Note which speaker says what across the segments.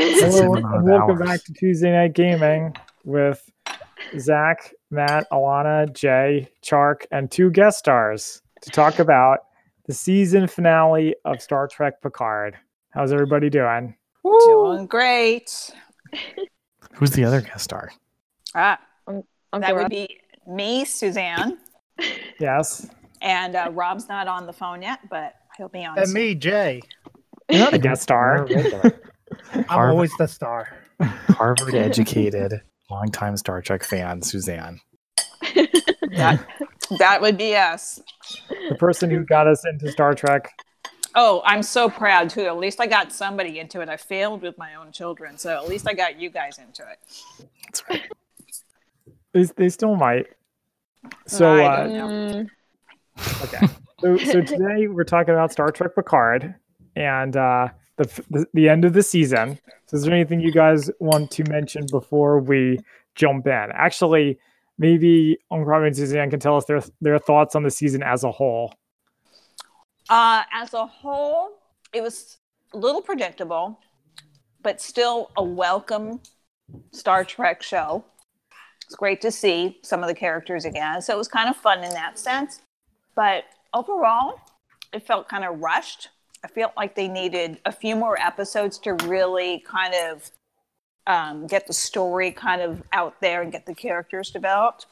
Speaker 1: Hello,
Speaker 2: Seven
Speaker 1: and
Speaker 2: odd
Speaker 1: welcome
Speaker 2: hours.
Speaker 1: back to Tuesday Night Gaming with Zach, Matt, Alana, Jay, Chark, and two guest stars to talk about the season finale of Star Trek Picard. How's everybody doing?
Speaker 3: Doing great.
Speaker 2: Who's the other guest star?
Speaker 3: Ah,
Speaker 4: Uncle
Speaker 3: that would
Speaker 4: Rob.
Speaker 3: be me, Suzanne,
Speaker 1: Yes.
Speaker 3: and uh, Rob's not on the phone yet, but he'll be on.
Speaker 5: And
Speaker 3: soon.
Speaker 5: me, Jay.
Speaker 1: You're not a guest star.
Speaker 5: I'm
Speaker 2: Harvard.
Speaker 5: always the star.
Speaker 2: Harvard educated, longtime Star Trek fan, Suzanne.
Speaker 3: That, that would be us.
Speaker 1: The person who got us into Star Trek.
Speaker 3: Oh, I'm so proud too. At least I got somebody into it. I failed with my own children, so at least I got you guys into it.
Speaker 2: That's right.
Speaker 1: They, they still might. So,
Speaker 3: I
Speaker 1: uh,
Speaker 3: don't know.
Speaker 4: Mm,
Speaker 1: Okay. So, so today we're talking about Star Trek Picard and uh, the, f- the the end of the season. So, is there anything you guys want to mention before we jump in? Actually, maybe Unkrabi and Suzanne can tell us their their thoughts on the season as a whole.
Speaker 3: Uh, as a whole, it was a little predictable, but still a welcome Star Trek show. It's great to see some of the characters again. So it was kind of fun in that sense. But overall, it felt kind of rushed. I felt like they needed a few more episodes to really kind of um, get the story kind of out there and get the characters developed.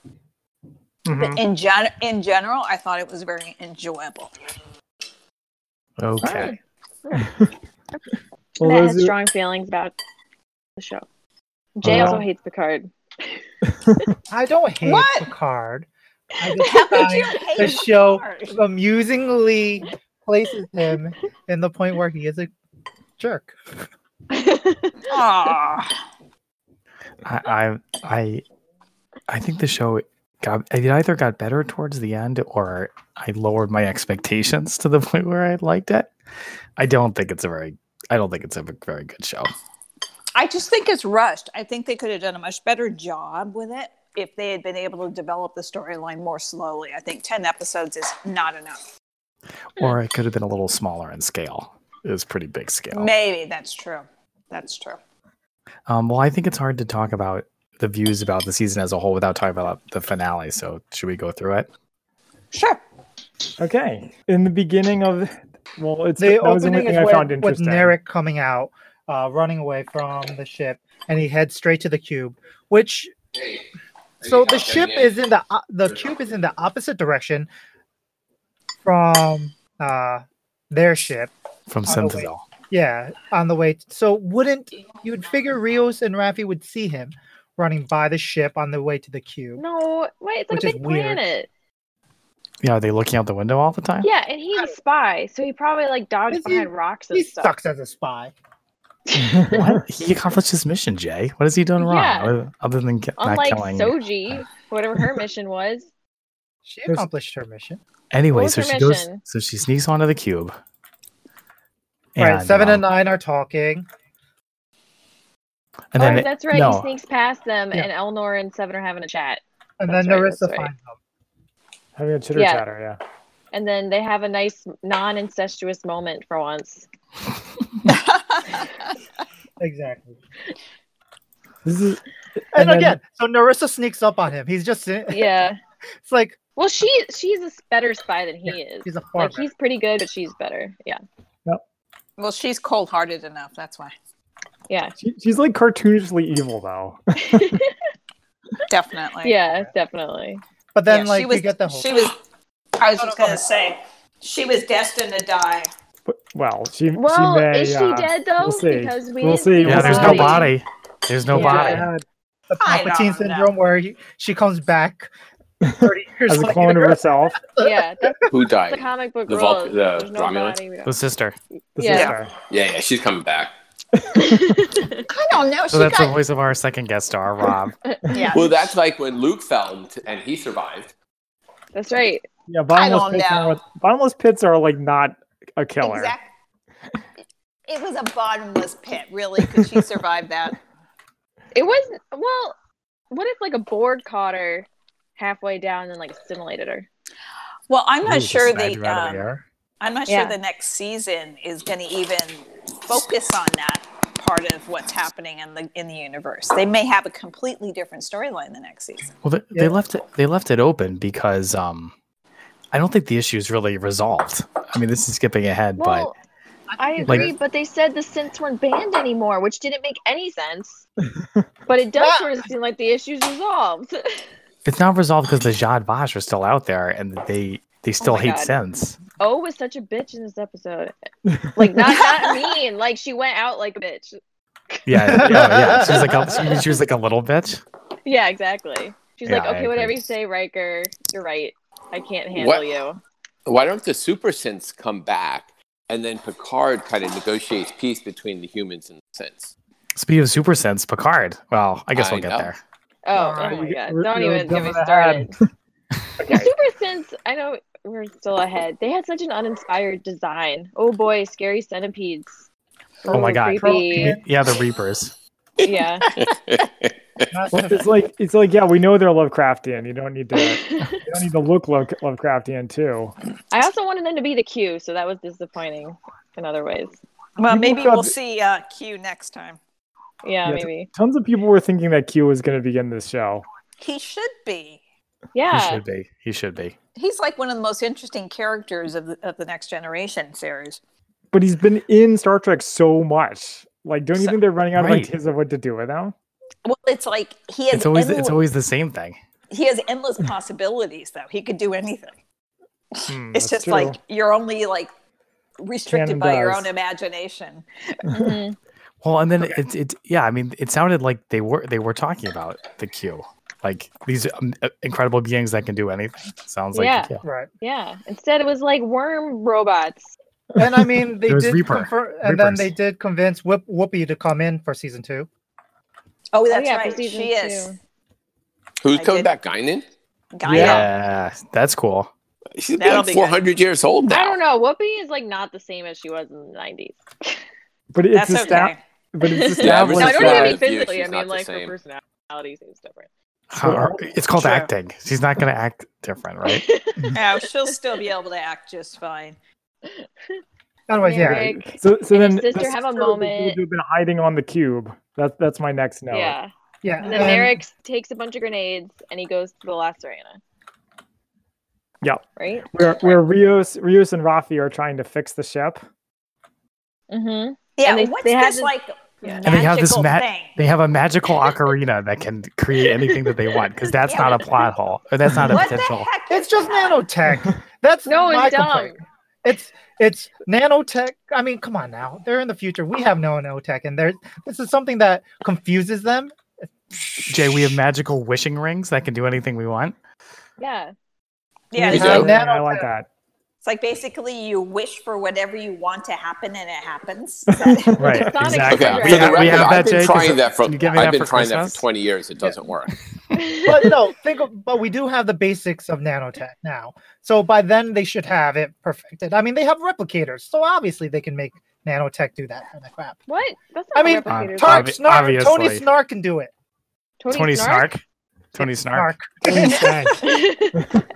Speaker 3: But in, gen- in general, I thought it was very enjoyable.
Speaker 2: Okay.
Speaker 1: Well,
Speaker 4: Matt
Speaker 1: those
Speaker 4: has
Speaker 1: are-
Speaker 4: strong feelings about the show. Jay
Speaker 1: Uh,
Speaker 5: Uh-huh.
Speaker 4: also hates Picard.
Speaker 5: I don't hate
Speaker 3: What?
Speaker 5: Picard. I
Speaker 3: How
Speaker 5: just
Speaker 3: could you
Speaker 5: find
Speaker 3: hate
Speaker 5: the show
Speaker 3: Picard?
Speaker 5: amusingly places him in the point where he is a jerk.
Speaker 3: Aw.
Speaker 2: I, I I I think the show got it either got better towards the end or I lowered my expectations to the point where I liked it. I don't think it's a very I don't think it's a very good show.
Speaker 3: I just think it's rushed. I think they could have done a much better job with it if they had been able to develop the storyline more slowly. I think 10 episodes is not enough.
Speaker 2: Or it could have been a little smaller in scale. It was pretty big scale.
Speaker 3: Maybe that's true. That's true.
Speaker 2: Um, well, I think it's hard to talk about the views about the season as a whole without talking about the finale. So should we go through it?
Speaker 3: Sure.
Speaker 1: okay. In the beginning of well, it's
Speaker 5: The
Speaker 1: that was the only
Speaker 5: opening
Speaker 1: thing
Speaker 5: is
Speaker 1: I
Speaker 5: with,
Speaker 1: found
Speaker 5: with
Speaker 1: interesting.
Speaker 5: Narek coming out, uh, running away from the ship, and he heads straight to the cube, which. So the ship is in the o- the cube is in the opposite direction from uh, their ship.
Speaker 2: From
Speaker 5: Oh, no, wait.
Speaker 2: Synthesol.
Speaker 5: Yeah, on the way. t- so wouldn't you would figure Rios and Rafi would see him running by the ship on the way to the cube?
Speaker 4: no, wait, it's on a
Speaker 5: Which is
Speaker 4: big
Speaker 5: weird.
Speaker 4: planet.
Speaker 2: Yeah, are they looking out the window all the time?
Speaker 4: Yeah, and he's a spy, so he probably like dodged
Speaker 5: Is he-
Speaker 4: behind rocks and
Speaker 5: He
Speaker 4: stuff.
Speaker 5: sucks as a spy.
Speaker 2: What? He accomplished his mission, Jay. What has he done wrong
Speaker 4: Yeah.
Speaker 2: other- other than ki- not
Speaker 4: Unlike
Speaker 2: killing?
Speaker 4: Soji, whatever her mission was.
Speaker 5: She
Speaker 2: There's-
Speaker 5: accomplished her mission.
Speaker 2: anyway,
Speaker 4: What was
Speaker 2: so
Speaker 4: her
Speaker 2: she goes.
Speaker 4: mission?
Speaker 2: So she sneaks onto the cube.
Speaker 5: right, seven and
Speaker 2: um,
Speaker 5: nine are talking.
Speaker 2: and
Speaker 4: oh,
Speaker 2: then
Speaker 4: that's right.
Speaker 2: no.
Speaker 4: He sneaks past them,
Speaker 5: Yeah.
Speaker 4: and Elnor and Seven are having a chat,
Speaker 5: And
Speaker 4: that's
Speaker 5: then
Speaker 4: right,
Speaker 5: Narissa
Speaker 4: that's right.
Speaker 5: finds them.
Speaker 1: Having a chitter chatter, yeah.
Speaker 4: and then they have a nice non-incestuous moment for once.
Speaker 5: Exactly.
Speaker 1: This is
Speaker 5: And,
Speaker 1: And then-
Speaker 5: again, so Narissa sneaks up on him. He's just sitting-
Speaker 4: Yeah.
Speaker 5: it's like
Speaker 4: Well, she she's a better spy than he is.
Speaker 5: he's a farmer.
Speaker 4: Like he's pretty good, but she's better. Yeah.
Speaker 3: well, she's cold hearted enough. That's why.
Speaker 4: Yeah.
Speaker 1: she, she's like cartoonishly evil though.
Speaker 3: Definitely.
Speaker 4: Yeah, definitely.
Speaker 5: but then
Speaker 3: Yeah,
Speaker 5: like
Speaker 3: she was,
Speaker 5: you get the whole
Speaker 3: She was, I was just going to say, she was destined to die.
Speaker 1: But- well, she
Speaker 4: Well,
Speaker 1: she may,
Speaker 4: is she
Speaker 1: uh,
Speaker 4: dead though?
Speaker 1: We'll see.
Speaker 4: Because we
Speaker 1: We'll
Speaker 4: didn't
Speaker 1: see.
Speaker 4: see
Speaker 2: yeah,
Speaker 4: her
Speaker 2: there's no body. There's no
Speaker 4: Yeah.
Speaker 2: body.
Speaker 1: Yeah.
Speaker 5: the
Speaker 3: I don't
Speaker 5: Palpatine
Speaker 3: know.
Speaker 5: syndrome where he, she comes back thirty years
Speaker 1: as a
Speaker 5: later.
Speaker 1: clone of herself.
Speaker 4: Yeah, that's
Speaker 6: Who
Speaker 4: the
Speaker 6: died?
Speaker 4: comic book
Speaker 6: The
Speaker 4: rules.
Speaker 6: Vulc- the
Speaker 4: there's no
Speaker 6: Romulan?
Speaker 4: body. we don't-
Speaker 2: The sister.
Speaker 1: The
Speaker 4: Yeah.
Speaker 1: sister.
Speaker 6: Yeah, yeah, she's coming back.
Speaker 3: I don't know.
Speaker 2: So that's the voice of our second guest star, Rob.
Speaker 3: yeah.
Speaker 6: Well, that's like when Luke fell and, and he survived.
Speaker 4: That's right.
Speaker 1: Yeah, bottomless
Speaker 3: don't
Speaker 1: pits,
Speaker 3: know.
Speaker 1: are, bottomless pits are like not a killer.
Speaker 3: Exact- It was a bottomless pit, really. Could she survive that?
Speaker 4: It was well. What if like a board caught her halfway down and like assimilated her?
Speaker 3: Well, I'm
Speaker 2: Ooh,
Speaker 3: not
Speaker 2: just
Speaker 3: sure
Speaker 2: snagged
Speaker 3: the
Speaker 2: her out of
Speaker 3: um,
Speaker 2: air.
Speaker 3: I'm not
Speaker 4: Yeah.
Speaker 3: sure the next season is going to even focus on that part of what's happening in the in the universe. They may have a completely different storyline the next season.
Speaker 2: Well, they,
Speaker 5: Yeah.
Speaker 2: they left it. They left it open because um, I don't think the issue is really resolved. I mean, this is skipping ahead,
Speaker 4: Well, I
Speaker 2: Like-
Speaker 4: agree, but they said the synths weren't banned anymore, which didn't make any sense. but it does sort of seem like the issue's resolved.
Speaker 2: but it's not resolved because the Jad Vash are still out there and they they still
Speaker 4: Oh my
Speaker 2: hate
Speaker 4: God.
Speaker 2: sense.
Speaker 4: o was such a bitch in this episode. Like not not mean, like she went out like a bitch.
Speaker 2: Yeah, yeah, yeah. She was like a, she was like a little bitch.
Speaker 4: Yeah, exactly. She's like,
Speaker 2: Yeah, I
Speaker 4: okay, whatever
Speaker 2: agree.
Speaker 4: you say, Riker, you're right. I can't handle
Speaker 6: What-
Speaker 4: you. Oh,
Speaker 6: Why don't the super synths come back and then Picard kind of negotiates peace between the humans and the synths?
Speaker 2: Speaking of super sense, Picard. Well, I guess
Speaker 6: I
Speaker 2: we'll get
Speaker 6: know.
Speaker 2: there.
Speaker 4: Oh,
Speaker 1: Alright,
Speaker 4: oh my
Speaker 1: you-
Speaker 4: god!
Speaker 1: we're-
Speaker 4: Don't
Speaker 1: you're
Speaker 4: even get me
Speaker 1: jumping
Speaker 4: started.
Speaker 1: ahead.
Speaker 4: The Super Sense, I know we're still ahead. They had such an uninspired design. Oh boy, scary centipedes.
Speaker 2: Oh my
Speaker 4: Ooh,
Speaker 2: God.
Speaker 4: creepy.
Speaker 2: Yeah, the Reapers.
Speaker 4: Yeah.
Speaker 1: Well, it's like it's like yeah, we know they're Lovecraftian. You don't need to you
Speaker 4: I
Speaker 1: don't need to look Love- Lovecraftian too.
Speaker 4: also wanted them to be the Q, so that was disappointing in other ways.
Speaker 1: You
Speaker 3: Well,
Speaker 1: look
Speaker 3: maybe
Speaker 1: up-
Speaker 3: we'll see uh, Q next time.
Speaker 4: Yeah,
Speaker 1: Yeah,
Speaker 4: maybe.
Speaker 1: Tons of people were thinking that Q was going to begin this show.
Speaker 3: He should be.
Speaker 2: He
Speaker 4: Yeah.
Speaker 2: should be. He should be.
Speaker 3: He's like one of the most interesting characters of the, of the Next Generation series.
Speaker 1: But he's been in Star Trek so much. Like, don't you
Speaker 3: So-
Speaker 1: think they're running out
Speaker 2: Right.
Speaker 1: of ideas of what to do with him?
Speaker 3: Well, it's like he has
Speaker 2: It's always
Speaker 3: endless,
Speaker 2: it's always the same thing.
Speaker 3: he has endless possibilities though. He could do anything.
Speaker 1: Hmm,
Speaker 3: It's
Speaker 1: that's
Speaker 3: just
Speaker 1: true.
Speaker 3: like you're only like restricted
Speaker 1: Canon
Speaker 3: by your
Speaker 1: does.
Speaker 3: own imagination.
Speaker 4: Mhm.
Speaker 2: Well, and then it's it's yeah. I mean, it sounded like they were they were talking about the Q, like these um, uh, incredible beings that can do anything. Sounds like
Speaker 4: Yeah.
Speaker 2: the Q.
Speaker 5: right.
Speaker 4: Yeah. Instead, it was like worm robots.
Speaker 5: And I mean, they
Speaker 2: There's
Speaker 5: did
Speaker 2: Reaper.
Speaker 5: confirm, and then
Speaker 2: Reapers.
Speaker 5: they did convince Whoop, Whoopi to come in for season two.
Speaker 3: Oh,
Speaker 4: Oh,
Speaker 3: that's
Speaker 4: yeah, for
Speaker 3: right.
Speaker 4: season
Speaker 3: She is.
Speaker 4: two.
Speaker 6: Who's
Speaker 3: I
Speaker 6: coming
Speaker 3: did-
Speaker 6: back? Guinan?
Speaker 3: Gaia.
Speaker 2: Yeah, that's cool.
Speaker 6: She's
Speaker 3: That'll
Speaker 6: like
Speaker 3: be good.
Speaker 6: 400 years old now.
Speaker 4: I don't know. Whoopi is like not the same as she was in the 90s.
Speaker 1: but it's
Speaker 3: That's
Speaker 1: a
Speaker 3: okay.
Speaker 1: stat. But it's
Speaker 4: Yeah,
Speaker 6: ever
Speaker 1: established.
Speaker 4: No, I
Speaker 6: since
Speaker 4: don't
Speaker 6: Yeah,
Speaker 1: that-
Speaker 4: even
Speaker 6: the
Speaker 4: mean
Speaker 6: view,
Speaker 4: physically. I
Speaker 6: she's not
Speaker 4: mean,
Speaker 6: the
Speaker 4: like her
Speaker 6: same.
Speaker 4: personality seems different.
Speaker 2: How-
Speaker 1: Sure.
Speaker 2: are- it's called
Speaker 1: Sure.
Speaker 2: acting. She's not going to act different, right?
Speaker 3: Yeah, Oh, she'll still be able to act just fine.
Speaker 5: Otherwise, yeah.
Speaker 4: Merrick,
Speaker 1: So, so
Speaker 4: and
Speaker 1: then
Speaker 4: his
Speaker 1: the
Speaker 4: sister have a
Speaker 1: sister of the dude
Speaker 4: moment.
Speaker 1: Who've been hiding on the cube. That's that's my next note.
Speaker 4: Yeah.
Speaker 5: Yeah.
Speaker 4: And then
Speaker 5: and-
Speaker 4: Merrick takes a bunch of grenades and he goes to the La Serena.
Speaker 1: Yeah.
Speaker 4: Right?
Speaker 1: Where where Rios Rios and Rafi are trying to fix the ship.
Speaker 4: Mm-hmm.
Speaker 3: Yeah,
Speaker 4: And they-
Speaker 3: what's
Speaker 4: they had
Speaker 3: this
Speaker 4: this-
Speaker 3: like
Speaker 4: Yeah.
Speaker 2: And they have this
Speaker 3: magical
Speaker 2: ma-
Speaker 3: thing?
Speaker 2: They have a magical ocarina that can create anything that they want because that's not a plot hole or that's not a
Speaker 3: What the
Speaker 2: potential.
Speaker 3: heck?
Speaker 5: It's
Speaker 3: is
Speaker 5: just
Speaker 3: that?
Speaker 5: nanotech. That's
Speaker 4: No,
Speaker 5: my
Speaker 4: it's dumb.
Speaker 5: complaint. It's it's nanotech. I mean, come on now. They're in the future. We have nanotech, and there. This is something that confuses them.
Speaker 2: Jay, we have magical wishing rings that can do anything we want.
Speaker 4: Yeah.
Speaker 3: Yeah,
Speaker 5: We
Speaker 3: it's,
Speaker 5: have
Speaker 3: like,
Speaker 1: Yeah,
Speaker 5: nanotech.
Speaker 1: I like that.
Speaker 3: it's like basically you wish for whatever you want to happen and it happens. Is that-
Speaker 2: Right,
Speaker 4: It's not
Speaker 2: exactly.
Speaker 6: Okay,
Speaker 4: Yeah,
Speaker 6: for
Speaker 2: We,
Speaker 6: the
Speaker 4: yeah,
Speaker 2: have, we
Speaker 6: record,
Speaker 2: have
Speaker 6: I've
Speaker 2: that,
Speaker 6: been
Speaker 2: Jay. 'cause
Speaker 6: trying that for,
Speaker 2: you giving that
Speaker 6: I've been
Speaker 2: for
Speaker 6: trying that
Speaker 2: Christmas?
Speaker 6: for 20 years. It doesn't work.
Speaker 5: But no, think. Of, but we do have the basics of nanotech now. So by then they should have it perfected. I mean, they have replicators, so obviously they can make nanotech do that kind of crap.
Speaker 4: What? That's
Speaker 5: I
Speaker 4: not
Speaker 5: mean,
Speaker 4: what replicators
Speaker 2: Tar-
Speaker 4: are.
Speaker 5: Tark,
Speaker 2: Obvi-
Speaker 5: Snark, Tony
Speaker 2: obviously.
Speaker 5: Snark can do it.
Speaker 4: Tony,
Speaker 2: Tony
Speaker 4: Snark?
Speaker 2: Snark. Tony Snark.
Speaker 5: Snark.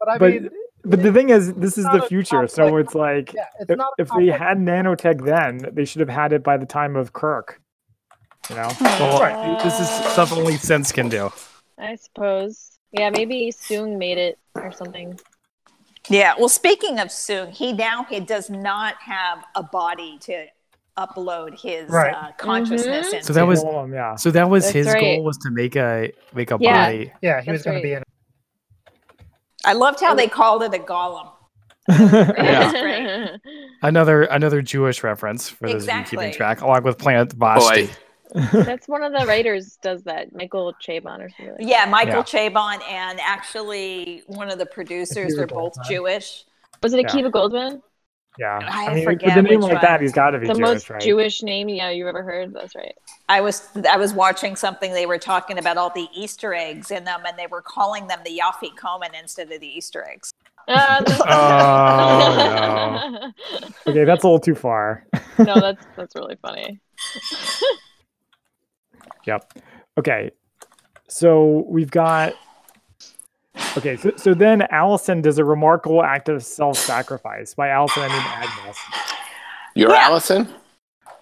Speaker 5: But I
Speaker 1: But-
Speaker 5: mean,
Speaker 1: But the thing is, this is
Speaker 5: not
Speaker 1: the
Speaker 5: a
Speaker 1: future, so
Speaker 5: conflict.
Speaker 1: it's like
Speaker 5: yeah, it's
Speaker 1: if,
Speaker 5: not. a
Speaker 1: if they
Speaker 5: conflict.
Speaker 1: had nanotech then, they should have had it by the time of Kirk. You know,
Speaker 2: Well,
Speaker 5: Right.
Speaker 2: This is stuff only sense can do.
Speaker 4: I suppose. Yeah, maybe Soong made it or something.
Speaker 3: yeah. Well, speaking of Soong, he now he does not have a body to upload his
Speaker 5: Right.
Speaker 3: uh, consciousness
Speaker 4: Mhm.
Speaker 3: into.
Speaker 2: So that was
Speaker 1: Kill 'em, yeah.
Speaker 2: so that was
Speaker 4: That's
Speaker 2: his
Speaker 4: right.
Speaker 2: goal was to make a make a
Speaker 4: Yeah.
Speaker 2: body.
Speaker 5: yeah, he was
Speaker 4: That's
Speaker 5: going
Speaker 4: right.
Speaker 5: to be in.
Speaker 3: I loved how they called it a golem.
Speaker 2: Yeah.
Speaker 4: yeah.
Speaker 2: Another another Jewish reference for those of you
Speaker 3: Exactly.
Speaker 2: keeping track, along with Planet Vashti.
Speaker 6: Boy,
Speaker 4: That's one of the writers does that. Michael Chabon or something.
Speaker 3: Yeah, Michael
Speaker 2: Yeah.
Speaker 3: Chabon and actually one of the producers. They're both Jewish.
Speaker 4: Was it
Speaker 1: Yeah.
Speaker 4: Akiva Goldman?
Speaker 1: Yeah,
Speaker 3: I
Speaker 1: with
Speaker 3: forget
Speaker 1: a name
Speaker 3: which
Speaker 1: like
Speaker 3: one.
Speaker 1: that, he's got to be
Speaker 4: The
Speaker 1: Jewish,
Speaker 4: most
Speaker 1: right?
Speaker 4: Jewish name yeah you've ever heard. That's right.
Speaker 3: I was I was watching something. They were talking about all the Easter eggs in them, and they were calling them the Yaffe Komen instead of the Easter eggs.
Speaker 4: Uh,
Speaker 2: Oh,
Speaker 1: Okay, that's a little too far.
Speaker 4: no. no, that's that's really funny.
Speaker 1: Yep. Okay, so we've got. Okay, so, so then Allison does a remarkable act of self-sacrifice. By Allison, I mean Agnes.
Speaker 6: you're
Speaker 3: Yeah.
Speaker 6: Allison?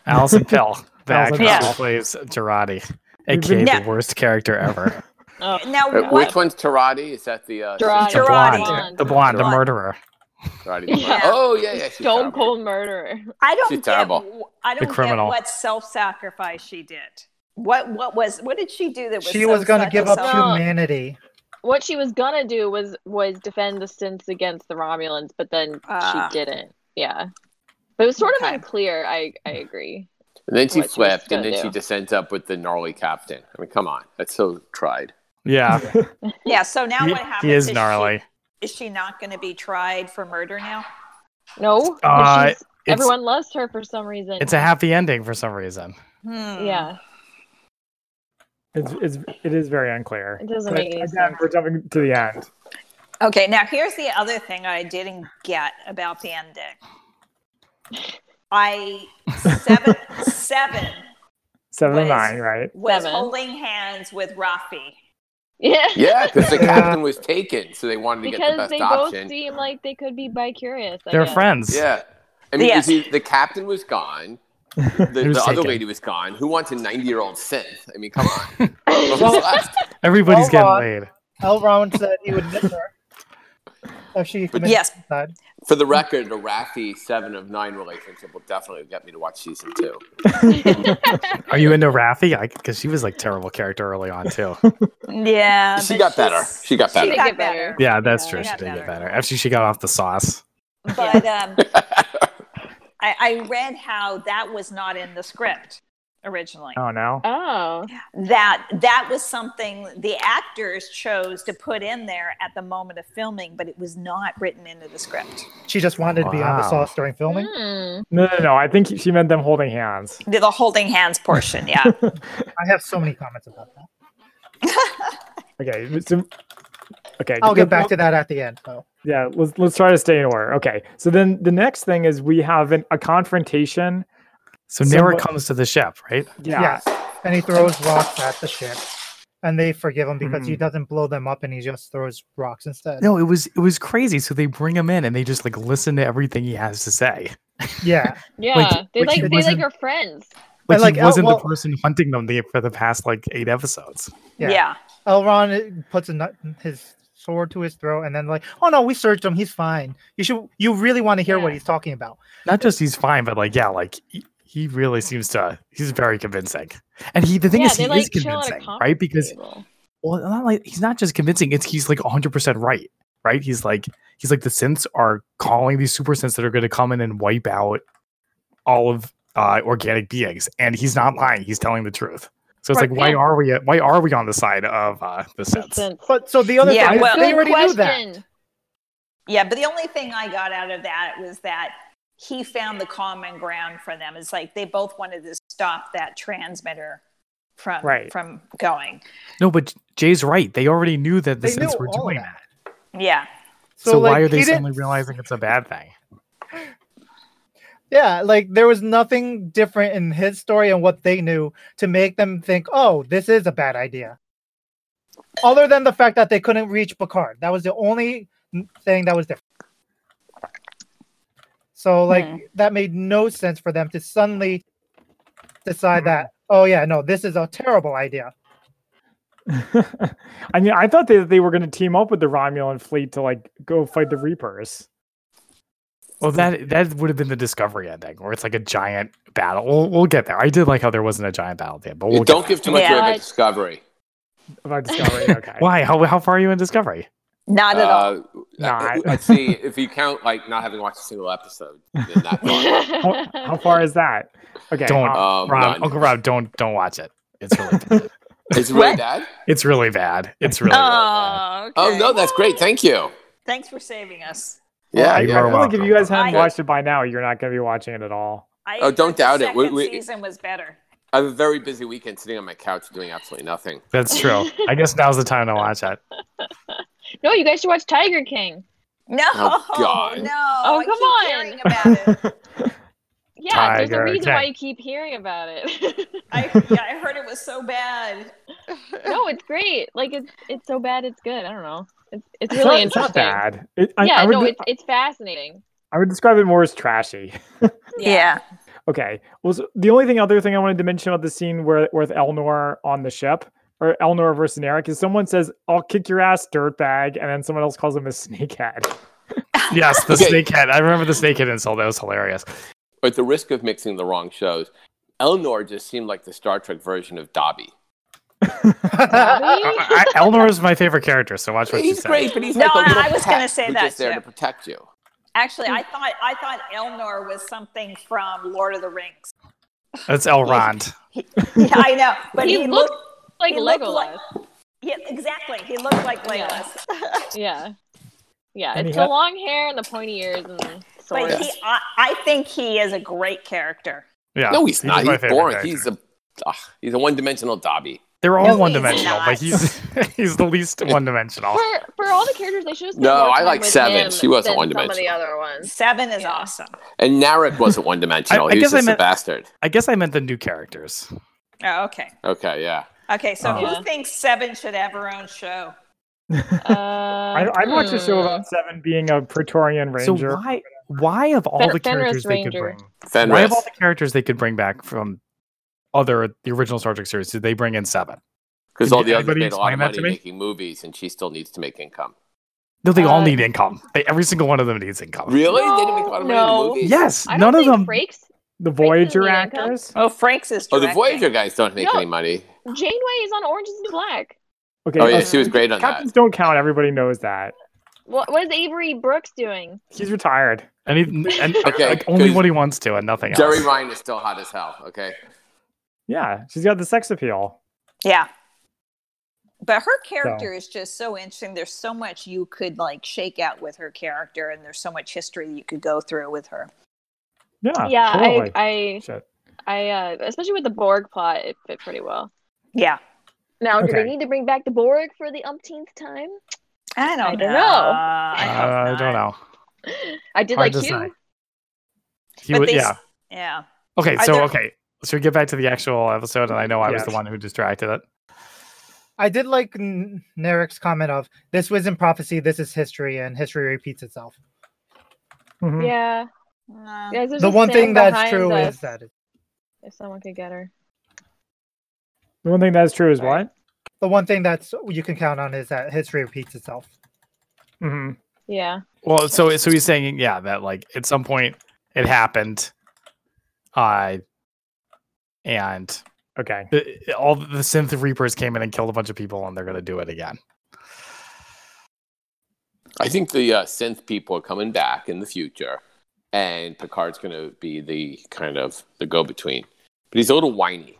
Speaker 2: Allison Pill back
Speaker 1: Allison
Speaker 3: Pill.
Speaker 2: who plays Gerardi,
Speaker 1: We've
Speaker 2: aka
Speaker 3: been-
Speaker 2: the worst character ever.
Speaker 4: Oh,
Speaker 3: Now
Speaker 6: Uh,
Speaker 3: what?
Speaker 6: Which one's Tarati? Is that the uh,
Speaker 4: Gerardi.
Speaker 2: The
Speaker 3: Gerardi.
Speaker 2: blonde, the blonde, the
Speaker 3: Blonde.
Speaker 2: murderer.
Speaker 6: Tarati?
Speaker 4: Yeah.
Speaker 6: Oh yeah, yeah. she's
Speaker 4: Stone
Speaker 6: terrible.
Speaker 4: cold murderer.
Speaker 3: I don't
Speaker 6: She's
Speaker 3: get.
Speaker 6: terrible.
Speaker 3: w- I
Speaker 2: The
Speaker 3: don't get
Speaker 2: criminal.
Speaker 3: what self-sacrifice she did. What what was what did she do that was?
Speaker 5: She
Speaker 3: so
Speaker 5: was going to
Speaker 3: such
Speaker 5: give
Speaker 3: a
Speaker 5: up
Speaker 3: self-
Speaker 4: No.
Speaker 5: humanity.
Speaker 4: What she was gonna do was was defend the sins against the Romulans, but then
Speaker 3: Ah.
Speaker 4: she didn't. Yeah, but it was sort
Speaker 3: Okay.
Speaker 4: of unclear. I I agree.
Speaker 6: And then she
Speaker 4: What she was
Speaker 6: flipped,
Speaker 4: gonna
Speaker 6: and then she
Speaker 4: do.
Speaker 6: just ends up with the gnarly captain. I mean, come on, that's so tried.
Speaker 2: Yeah,
Speaker 3: Yeah. So now
Speaker 2: he,
Speaker 3: what happens?
Speaker 2: he is
Speaker 3: she-
Speaker 2: gnarly.
Speaker 3: is she not going to be tried for murder now?
Speaker 4: No,
Speaker 2: Uh,
Speaker 4: she's-
Speaker 2: it's-
Speaker 4: everyone loves her for some reason.
Speaker 2: It's a happy ending for some reason.
Speaker 3: Hmm.
Speaker 4: yeah.
Speaker 1: It's, it's it is very unclear.
Speaker 4: It doesn't
Speaker 1: But
Speaker 4: make any
Speaker 1: again,
Speaker 4: sense.
Speaker 1: we're jumping to the end.
Speaker 3: Okay. Now here's the other thing I didn't get about the ending. I seven seven
Speaker 1: Seven and
Speaker 3: Was-
Speaker 1: nine, right?
Speaker 3: was
Speaker 4: Seven.
Speaker 3: holding hands with Rafi.
Speaker 4: Yeah.
Speaker 6: Yeah, because the
Speaker 5: Yeah.
Speaker 6: captain was taken, so they wanted to get the
Speaker 4: Because
Speaker 6: best
Speaker 4: they
Speaker 6: option.
Speaker 4: both seem like they could be bi curious.
Speaker 2: They're friends.
Speaker 6: yeah, I mean,
Speaker 3: Yeah.
Speaker 6: you see, the captain was gone. The,
Speaker 2: He was
Speaker 6: the other
Speaker 2: taken.
Speaker 6: lady was gone. Who wants a ninety-year-old synth? I mean, come on. What was left?
Speaker 2: Everybody's
Speaker 5: Hold
Speaker 2: getting
Speaker 5: on.
Speaker 2: laid.
Speaker 5: Elrond said he would miss her. If she committed
Speaker 3: Yes.
Speaker 5: suicide.
Speaker 6: For the record, a Rafi seven of nine relationship will definitely get me to watch season two.
Speaker 2: Are you into Raffi? Because she was like terrible character early on too.
Speaker 3: Yeah.
Speaker 6: she got better. She got better.
Speaker 3: She got better.
Speaker 2: Yeah, that's
Speaker 4: Yeah,
Speaker 2: true.
Speaker 3: I
Speaker 2: She
Speaker 3: got
Speaker 2: did get
Speaker 3: better.
Speaker 2: better after she got off the sauce.
Speaker 3: But um, I, I read how that was not in the script originally.
Speaker 1: Oh no.
Speaker 4: Oh.
Speaker 3: That that was something the actors chose to put in there at the moment of filming, but it was not written into the script.
Speaker 5: She just wanted to be on the
Speaker 2: Wow.
Speaker 5: sauce during filming.
Speaker 4: Hmm.
Speaker 1: No, no, no. I think she meant them holding hands.
Speaker 3: The, the holding hands portion, yeah.
Speaker 5: I have so many comments about that.
Speaker 1: Okay. so- okay.
Speaker 5: I'll get
Speaker 1: let's-
Speaker 5: back to that at the end, though.
Speaker 1: Yeah, let's let's try to stay in order. Okay. So then the next thing is we have an, a confrontation.
Speaker 2: So Nera
Speaker 1: Somewhat-
Speaker 2: comes to the ship, right?
Speaker 1: Yeah.
Speaker 5: Yes. And he throws rocks at the ship. And they forgive him because he
Speaker 1: Mhm.
Speaker 5: doesn't blow them up and he just throws rocks instead.
Speaker 2: No, it was it was crazy. So they bring him in and they just like listen to everything he has to say.
Speaker 5: Yeah.
Speaker 4: Yeah. they
Speaker 2: which
Speaker 4: like
Speaker 2: he
Speaker 4: they like
Speaker 2: wasn't-
Speaker 4: are friends.
Speaker 2: Like,
Speaker 5: And, like,
Speaker 2: he
Speaker 5: oh,
Speaker 2: wasn't
Speaker 5: well-
Speaker 2: the person hunting them the, for the past like eight episodes.
Speaker 5: Yeah.
Speaker 3: yeah.
Speaker 5: Elrond uh, puts a nut, his sword to his throat and then like, oh no, we searched him. He's fine. You should. You really want to hear what
Speaker 4: Yeah.
Speaker 5: he's talking about.
Speaker 2: Not just he's fine, but like yeah, like he, he really seems to he's very convincing. And he the thing
Speaker 4: yeah,
Speaker 2: is
Speaker 4: they
Speaker 2: he
Speaker 4: like
Speaker 2: is
Speaker 4: chill at a
Speaker 2: convincing,
Speaker 4: conference
Speaker 2: right? Because
Speaker 4: table.
Speaker 2: well, not like he's not just convincing; it's he's like 100 percent right, right? He's like he's like the synths are calling these super synths that are going to come in and wipe out all of uh, organic beings, and he's not lying; he's telling the truth. So it's
Speaker 4: Right,
Speaker 2: like, why
Speaker 4: yeah.
Speaker 2: are we why are we on the side of uh, the synths?
Speaker 4: Since-
Speaker 5: But so the other
Speaker 3: Yeah,
Speaker 5: thing is
Speaker 3: well-
Speaker 5: they
Speaker 4: Good
Speaker 5: already knew that.
Speaker 4: question.
Speaker 3: Yeah, but the only thing I got out of that was that he found the common ground for them. It's like they both wanted to stop that transmitter from
Speaker 1: Right.
Speaker 3: from going.
Speaker 2: No, but Jay's right; they already knew that the
Speaker 5: They knew
Speaker 2: synths were
Speaker 5: all of
Speaker 2: doing
Speaker 5: that.
Speaker 2: that.
Speaker 3: Yeah.
Speaker 2: So, why
Speaker 5: like,
Speaker 2: are they
Speaker 5: he didn't-
Speaker 2: suddenly realizing it's a bad thing?
Speaker 5: Yeah, like there was nothing different in his story and what they knew to make them think, oh, this is a bad idea. Other than the fact that they couldn't reach Picard, that was the only n- thing that was different. So, like,
Speaker 3: Hmm.
Speaker 5: that made no sense for them to suddenly decide that, oh, yeah, no, this is a terrible idea.
Speaker 1: I mean, I thought that they were going to team up with the Romulan fleet to like go fight the Reapers.
Speaker 2: Well, that that would have been the discovery ending, where it's like a giant battle. We'll, we'll get there. I did like how there wasn't a giant battle there, but we'll get
Speaker 6: Don't give too much
Speaker 3: Yeah.
Speaker 6: away about Discovery.
Speaker 1: About discovery. Okay.
Speaker 2: Why? How, how far are you in Discovery?
Speaker 3: Not at all.
Speaker 6: Uh,
Speaker 1: Not.
Speaker 6: let's see if you count like not having watched a single episode. Then that's fine.
Speaker 1: how, how far is that? Okay.
Speaker 2: Don't-
Speaker 1: uh,
Speaker 6: um,
Speaker 2: Rob,
Speaker 6: none.
Speaker 2: Uncle Rob, don't don't watch it. It's really bad.
Speaker 6: Is it really
Speaker 3: What?
Speaker 6: bad?
Speaker 2: it's really bad. It's really, really bad.
Speaker 3: Oh,
Speaker 6: Oh
Speaker 3: okay.
Speaker 6: no, that's great. Thank you.
Speaker 3: Thanks for saving us.
Speaker 6: Yeah,
Speaker 1: I, I
Speaker 2: you
Speaker 1: feel
Speaker 2: are
Speaker 1: like if
Speaker 2: welcome.
Speaker 1: you guys haven't
Speaker 3: I-
Speaker 1: watched it by now, you're not going to be watching it at all.
Speaker 3: I
Speaker 6: Oh, don't
Speaker 3: the
Speaker 6: doubt it. We-
Speaker 3: second
Speaker 6: we- Oh,
Speaker 3: season was better.
Speaker 6: I have a very busy weekend sitting on my couch doing absolutely nothing.
Speaker 2: That's true. I guess now's the time to watch it.
Speaker 4: No, you guys should watch Tiger King.
Speaker 3: No,
Speaker 6: Oh, God.
Speaker 3: no.
Speaker 4: Oh,
Speaker 3: I
Speaker 4: come
Speaker 3: keep
Speaker 4: on.
Speaker 3: Hearing about it.
Speaker 4: Yeah, there's
Speaker 2: Tiger
Speaker 4: a reason why
Speaker 2: King.
Speaker 4: you keep hearing about it.
Speaker 3: I, yeah, I heard it was so bad.
Speaker 4: no, it's great. Like it's it's so bad, it's good. I don't know. It's it's
Speaker 1: It's
Speaker 4: really
Speaker 1: not- it's
Speaker 4: interesting.
Speaker 1: not bad. It, I,
Speaker 4: yeah,
Speaker 1: I would,
Speaker 4: no,
Speaker 1: de-
Speaker 4: it's it's fascinating.
Speaker 1: I would describe it more as trashy.
Speaker 3: Yeah.
Speaker 1: Okay. Was the only thing other thing I wanted to mention about the scene where with Elnor on the ship or Elnor versus Eric is someone says, "I'll kick your ass, dirtbag," and then someone else calls him a snakehead.
Speaker 2: Yes, the
Speaker 6: Okay.
Speaker 2: snakehead. I remember the snakehead insult. That was hilarious.
Speaker 6: At the risk of mixing the wrong shows, Elnor just seemed like the Star Trek version of Dobby.
Speaker 2: I,
Speaker 4: Dobby?
Speaker 2: I- Elnor is my favorite character, so watch what you
Speaker 6: he's
Speaker 2: say.
Speaker 6: great, but he's
Speaker 3: No,
Speaker 6: like a
Speaker 3: I-
Speaker 6: little
Speaker 3: I was gonna
Speaker 6: pet
Speaker 3: say
Speaker 6: who's
Speaker 3: that
Speaker 6: just there
Speaker 3: too.
Speaker 6: to protect you.
Speaker 3: Actually, I thought I thought Elnor was something from Lord of the Rings.
Speaker 2: That's Elrond.
Speaker 3: Yeah, I know, but he,
Speaker 4: He looked-
Speaker 3: looked,
Speaker 4: like
Speaker 3: He looked
Speaker 4: Legolas.
Speaker 3: like- yeah, exactly. He looked like
Speaker 4: Yeah.
Speaker 3: Legolas,
Speaker 4: Yeah. Yeah,
Speaker 1: And he
Speaker 4: it's the
Speaker 1: had-
Speaker 4: long hair and the pointy ears and
Speaker 3: but
Speaker 4: sword.
Speaker 3: he, I, I think he is a great character.
Speaker 2: Yeah.
Speaker 6: no, he's not.
Speaker 2: my
Speaker 6: He's
Speaker 2: favorite
Speaker 6: boring.
Speaker 2: character.
Speaker 6: He's a ugh, he's a one-dimensional Dobby.
Speaker 2: They're all
Speaker 3: No, he's
Speaker 2: one dimensional,
Speaker 3: not.
Speaker 2: but he's he's the least one dimensional.
Speaker 4: for, for all the characters, they should have spent
Speaker 6: No,
Speaker 4: more
Speaker 6: I
Speaker 4: time
Speaker 6: like
Speaker 4: with
Speaker 6: Seven.
Speaker 4: him
Speaker 6: She wasn't
Speaker 4: than
Speaker 6: one
Speaker 4: Some of the
Speaker 6: dimensional.
Speaker 4: other ones.
Speaker 3: Seven is
Speaker 4: Yeah.
Speaker 3: awesome.
Speaker 6: And Narek wasn't one-dimensional.
Speaker 2: I- I
Speaker 6: he
Speaker 2: guess
Speaker 6: was
Speaker 2: I
Speaker 6: just
Speaker 2: meant-
Speaker 6: a bastard.
Speaker 2: I guess I meant the new characters.
Speaker 3: Oh, okay,
Speaker 6: Okay, yeah.
Speaker 3: okay. So
Speaker 4: Uh-huh.
Speaker 3: who thinks Seven should have her own show?
Speaker 4: Uh,
Speaker 1: I, I'd watch a show
Speaker 4: hmm.
Speaker 1: about Seven being a Praetorian ranger.
Speaker 2: So why why of all
Speaker 4: Fen-
Speaker 2: the characters
Speaker 4: Fenris
Speaker 2: they could
Speaker 4: Ranger.
Speaker 2: bring? Why
Speaker 6: Fenris.
Speaker 2: of all the characters they could bring back from other the original Star Trek series did they bring in seven?
Speaker 6: Because
Speaker 2: Can
Speaker 6: all the others
Speaker 2: anybody
Speaker 6: made a lot
Speaker 2: explain
Speaker 6: of
Speaker 2: that
Speaker 6: money
Speaker 2: to me?
Speaker 6: making movies, and she still needs to make income.
Speaker 2: No, they all
Speaker 4: Uh,
Speaker 2: need income. They, every single one of them needs income.
Speaker 6: Really? they didn't make a lot of money in the
Speaker 4: No.
Speaker 6: movies?
Speaker 2: Yes,
Speaker 4: I don't
Speaker 2: none of
Speaker 4: think
Speaker 2: them.
Speaker 4: Frakes,
Speaker 1: the
Speaker 4: Frank
Speaker 1: Voyager
Speaker 4: Miller comes-
Speaker 1: actors.
Speaker 3: Oh, Frank's is.
Speaker 6: Oh, the
Speaker 3: directing.
Speaker 6: Voyager guys don't make
Speaker 4: No.
Speaker 6: any money.
Speaker 4: Janeway is on Orange is the New Black.
Speaker 1: Okay.
Speaker 6: Oh, yeah,
Speaker 1: uh,
Speaker 6: she was great on that.
Speaker 1: Captains don't count. Everybody knows that.
Speaker 4: What, what is Avery Brooks doing?
Speaker 1: He's retired.
Speaker 2: And, he, and
Speaker 6: Okay,
Speaker 2: like only
Speaker 6: 'cause
Speaker 2: what he wants to, and nothing
Speaker 6: Jerry
Speaker 2: else.
Speaker 6: Ryan is still hot as hell. Okay.
Speaker 1: Yeah, she's got the sex appeal.
Speaker 3: Yeah. But her character is just so interesting. There's so much you could like shake out with her character, and there's so much history you could go through with her.
Speaker 2: Ah,
Speaker 1: Yeah.
Speaker 4: yeah,
Speaker 1: totally.
Speaker 4: I,
Speaker 1: Shit.
Speaker 4: I, I, uh, especially with the Borg plot, it fit pretty well.
Speaker 3: Yeah,
Speaker 4: Now, do they
Speaker 1: Okay.
Speaker 4: need to bring back the Borg for the umpteenth time?
Speaker 3: I don't,
Speaker 4: I don't
Speaker 3: know.
Speaker 4: know.
Speaker 2: Uh, I don't know.
Speaker 4: I did
Speaker 2: Hard
Speaker 4: like
Speaker 2: to
Speaker 4: you.
Speaker 2: say. He
Speaker 3: But
Speaker 2: would,
Speaker 3: they s-
Speaker 2: yeah.
Speaker 3: Yeah.
Speaker 2: Okay,
Speaker 3: I
Speaker 2: so
Speaker 3: don't-
Speaker 2: okay, should we get back to the actual episode? And I know I was
Speaker 1: Yes.
Speaker 2: the one who distracted it.
Speaker 5: I did like N- Narek's comment of this wasn't prophecy, this is history, and history repeats itself.
Speaker 2: Hmm.
Speaker 1: Mhm.
Speaker 4: Yeah.
Speaker 3: Uh,
Speaker 4: Guys, there's
Speaker 5: the
Speaker 4: a
Speaker 5: one
Speaker 4: Sam
Speaker 5: thing that's
Speaker 4: behind
Speaker 5: true
Speaker 4: us,
Speaker 5: is that it-
Speaker 4: if someone could get her.
Speaker 1: The one thing that's true is what?
Speaker 5: the one thing that's you can count on is that history repeats itself.
Speaker 1: hmm
Speaker 4: Yeah.
Speaker 2: Well, so so he's saying, yeah, that like at some point it happened, uh, and
Speaker 1: Okay.
Speaker 2: the, all the synth reapers came in and killed a bunch of people, and they're gonna do it again.
Speaker 6: I think the uh, synth people are coming back in the future, and Picard's going to be the kind of the go-between. But he's a little whiny.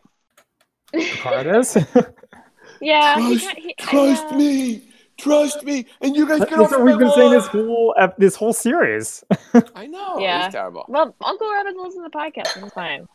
Speaker 1: Part is.
Speaker 4: yeah. he got- he- yeah.
Speaker 6: me, trust me, and you guys
Speaker 1: that's what we've been saying this whole ep- this whole series.
Speaker 6: I know.
Speaker 4: Yeah.
Speaker 6: He's terrible.
Speaker 4: Well, Uncle Robin listens to the podcast. and It's fine.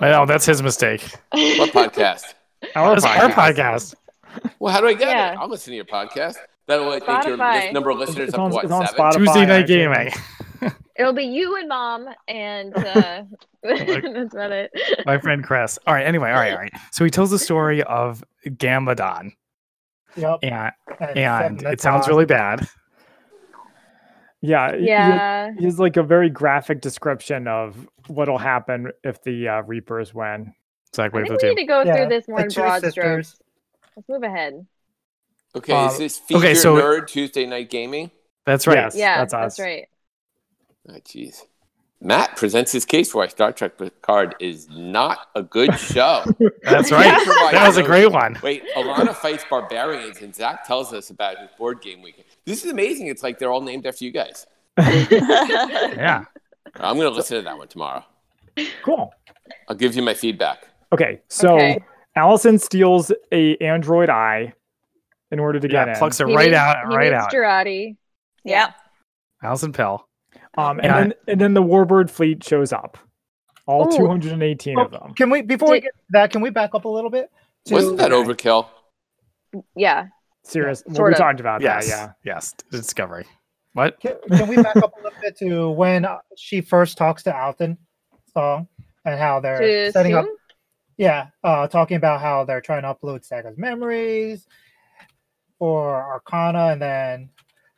Speaker 2: I know that's his mistake.
Speaker 6: What podcast?
Speaker 1: Our
Speaker 2: That's our
Speaker 1: podcast.
Speaker 2: podcast.
Speaker 6: Well, how do I get
Speaker 4: Yeah.
Speaker 6: it? I'll listen to your podcast. That'll like, take your
Speaker 4: Spotify.
Speaker 6: list, number of listeners
Speaker 1: It's
Speaker 6: up
Speaker 1: on-
Speaker 6: to what,
Speaker 1: it's on
Speaker 6: seven?
Speaker 1: Spotify.
Speaker 2: Tuesday night
Speaker 1: actually.
Speaker 2: gaming.
Speaker 4: It'll be you and mom, and uh, that's about it.
Speaker 2: My friend Chris. All right. Anyway. All right. All right. So he tells the story of Gamadon,
Speaker 5: Yep.
Speaker 2: and
Speaker 5: And,
Speaker 2: and
Speaker 5: Seven
Speaker 2: it sounds
Speaker 5: Metcalf.
Speaker 2: really bad.
Speaker 1: Yeah. he-
Speaker 4: Yeah.
Speaker 1: He has like a very graphic description of what'll happen if the uh, Reapers win.
Speaker 2: It's like
Speaker 4: I
Speaker 2: wave
Speaker 4: think
Speaker 2: the
Speaker 4: we
Speaker 2: two.
Speaker 4: need to go
Speaker 5: Yeah,
Speaker 4: through this more
Speaker 5: the
Speaker 4: in
Speaker 5: two
Speaker 4: broad
Speaker 5: sisters.
Speaker 4: strokes. Let's move ahead.
Speaker 6: Okay,
Speaker 2: Uh,
Speaker 6: is this feature
Speaker 2: okay, so-
Speaker 6: nerd Tuesday night gaming?
Speaker 2: That's right.
Speaker 1: Yes.
Speaker 4: Yeah,
Speaker 1: that's
Speaker 4: that's,
Speaker 1: us.
Speaker 4: right.
Speaker 6: Oh, jeez. Matt presents his case for why Star Trek Picard is not a good show.
Speaker 2: That's right. that was a great one.
Speaker 6: Wait, Alana fights barbarians, and Zach tells us about his board game weekend. This is amazing. It's like they're all named after you guys.
Speaker 2: Yeah.
Speaker 6: I'm going to listen to that one tomorrow.
Speaker 1: Cool.
Speaker 6: I'll give you my feedback.
Speaker 1: Okay. So
Speaker 4: Okay.
Speaker 1: Allison steals a android eye in order to get
Speaker 2: Yeah.
Speaker 1: in.
Speaker 2: Plucks it
Speaker 4: He
Speaker 2: right
Speaker 4: meets-
Speaker 2: out.
Speaker 4: he
Speaker 2: Right
Speaker 4: meets
Speaker 2: out.
Speaker 4: Girardi.
Speaker 3: yeah.
Speaker 2: Allison Pell.
Speaker 1: Um, and
Speaker 2: Yeah.
Speaker 1: then and then the Warbird fleet shows up, all
Speaker 5: Ooh.
Speaker 1: 218 of them.
Speaker 5: Can we before we get to that? Can we back up a little bit? to-
Speaker 6: Wasn't that overkill?
Speaker 4: Yeah.
Speaker 1: Serious, well,
Speaker 4: sort
Speaker 1: we
Speaker 4: of.
Speaker 1: talked about
Speaker 2: Yes.
Speaker 1: that. Yeah,
Speaker 2: Yes. Discovery. What?
Speaker 5: Can, can we back up a little bit to when uh, she first talks to Alton Song and how they're
Speaker 4: To
Speaker 5: setting up?
Speaker 4: Sue?
Speaker 5: Yeah, uh, talking about how they're trying to upload Saga's memories for Arcana, and then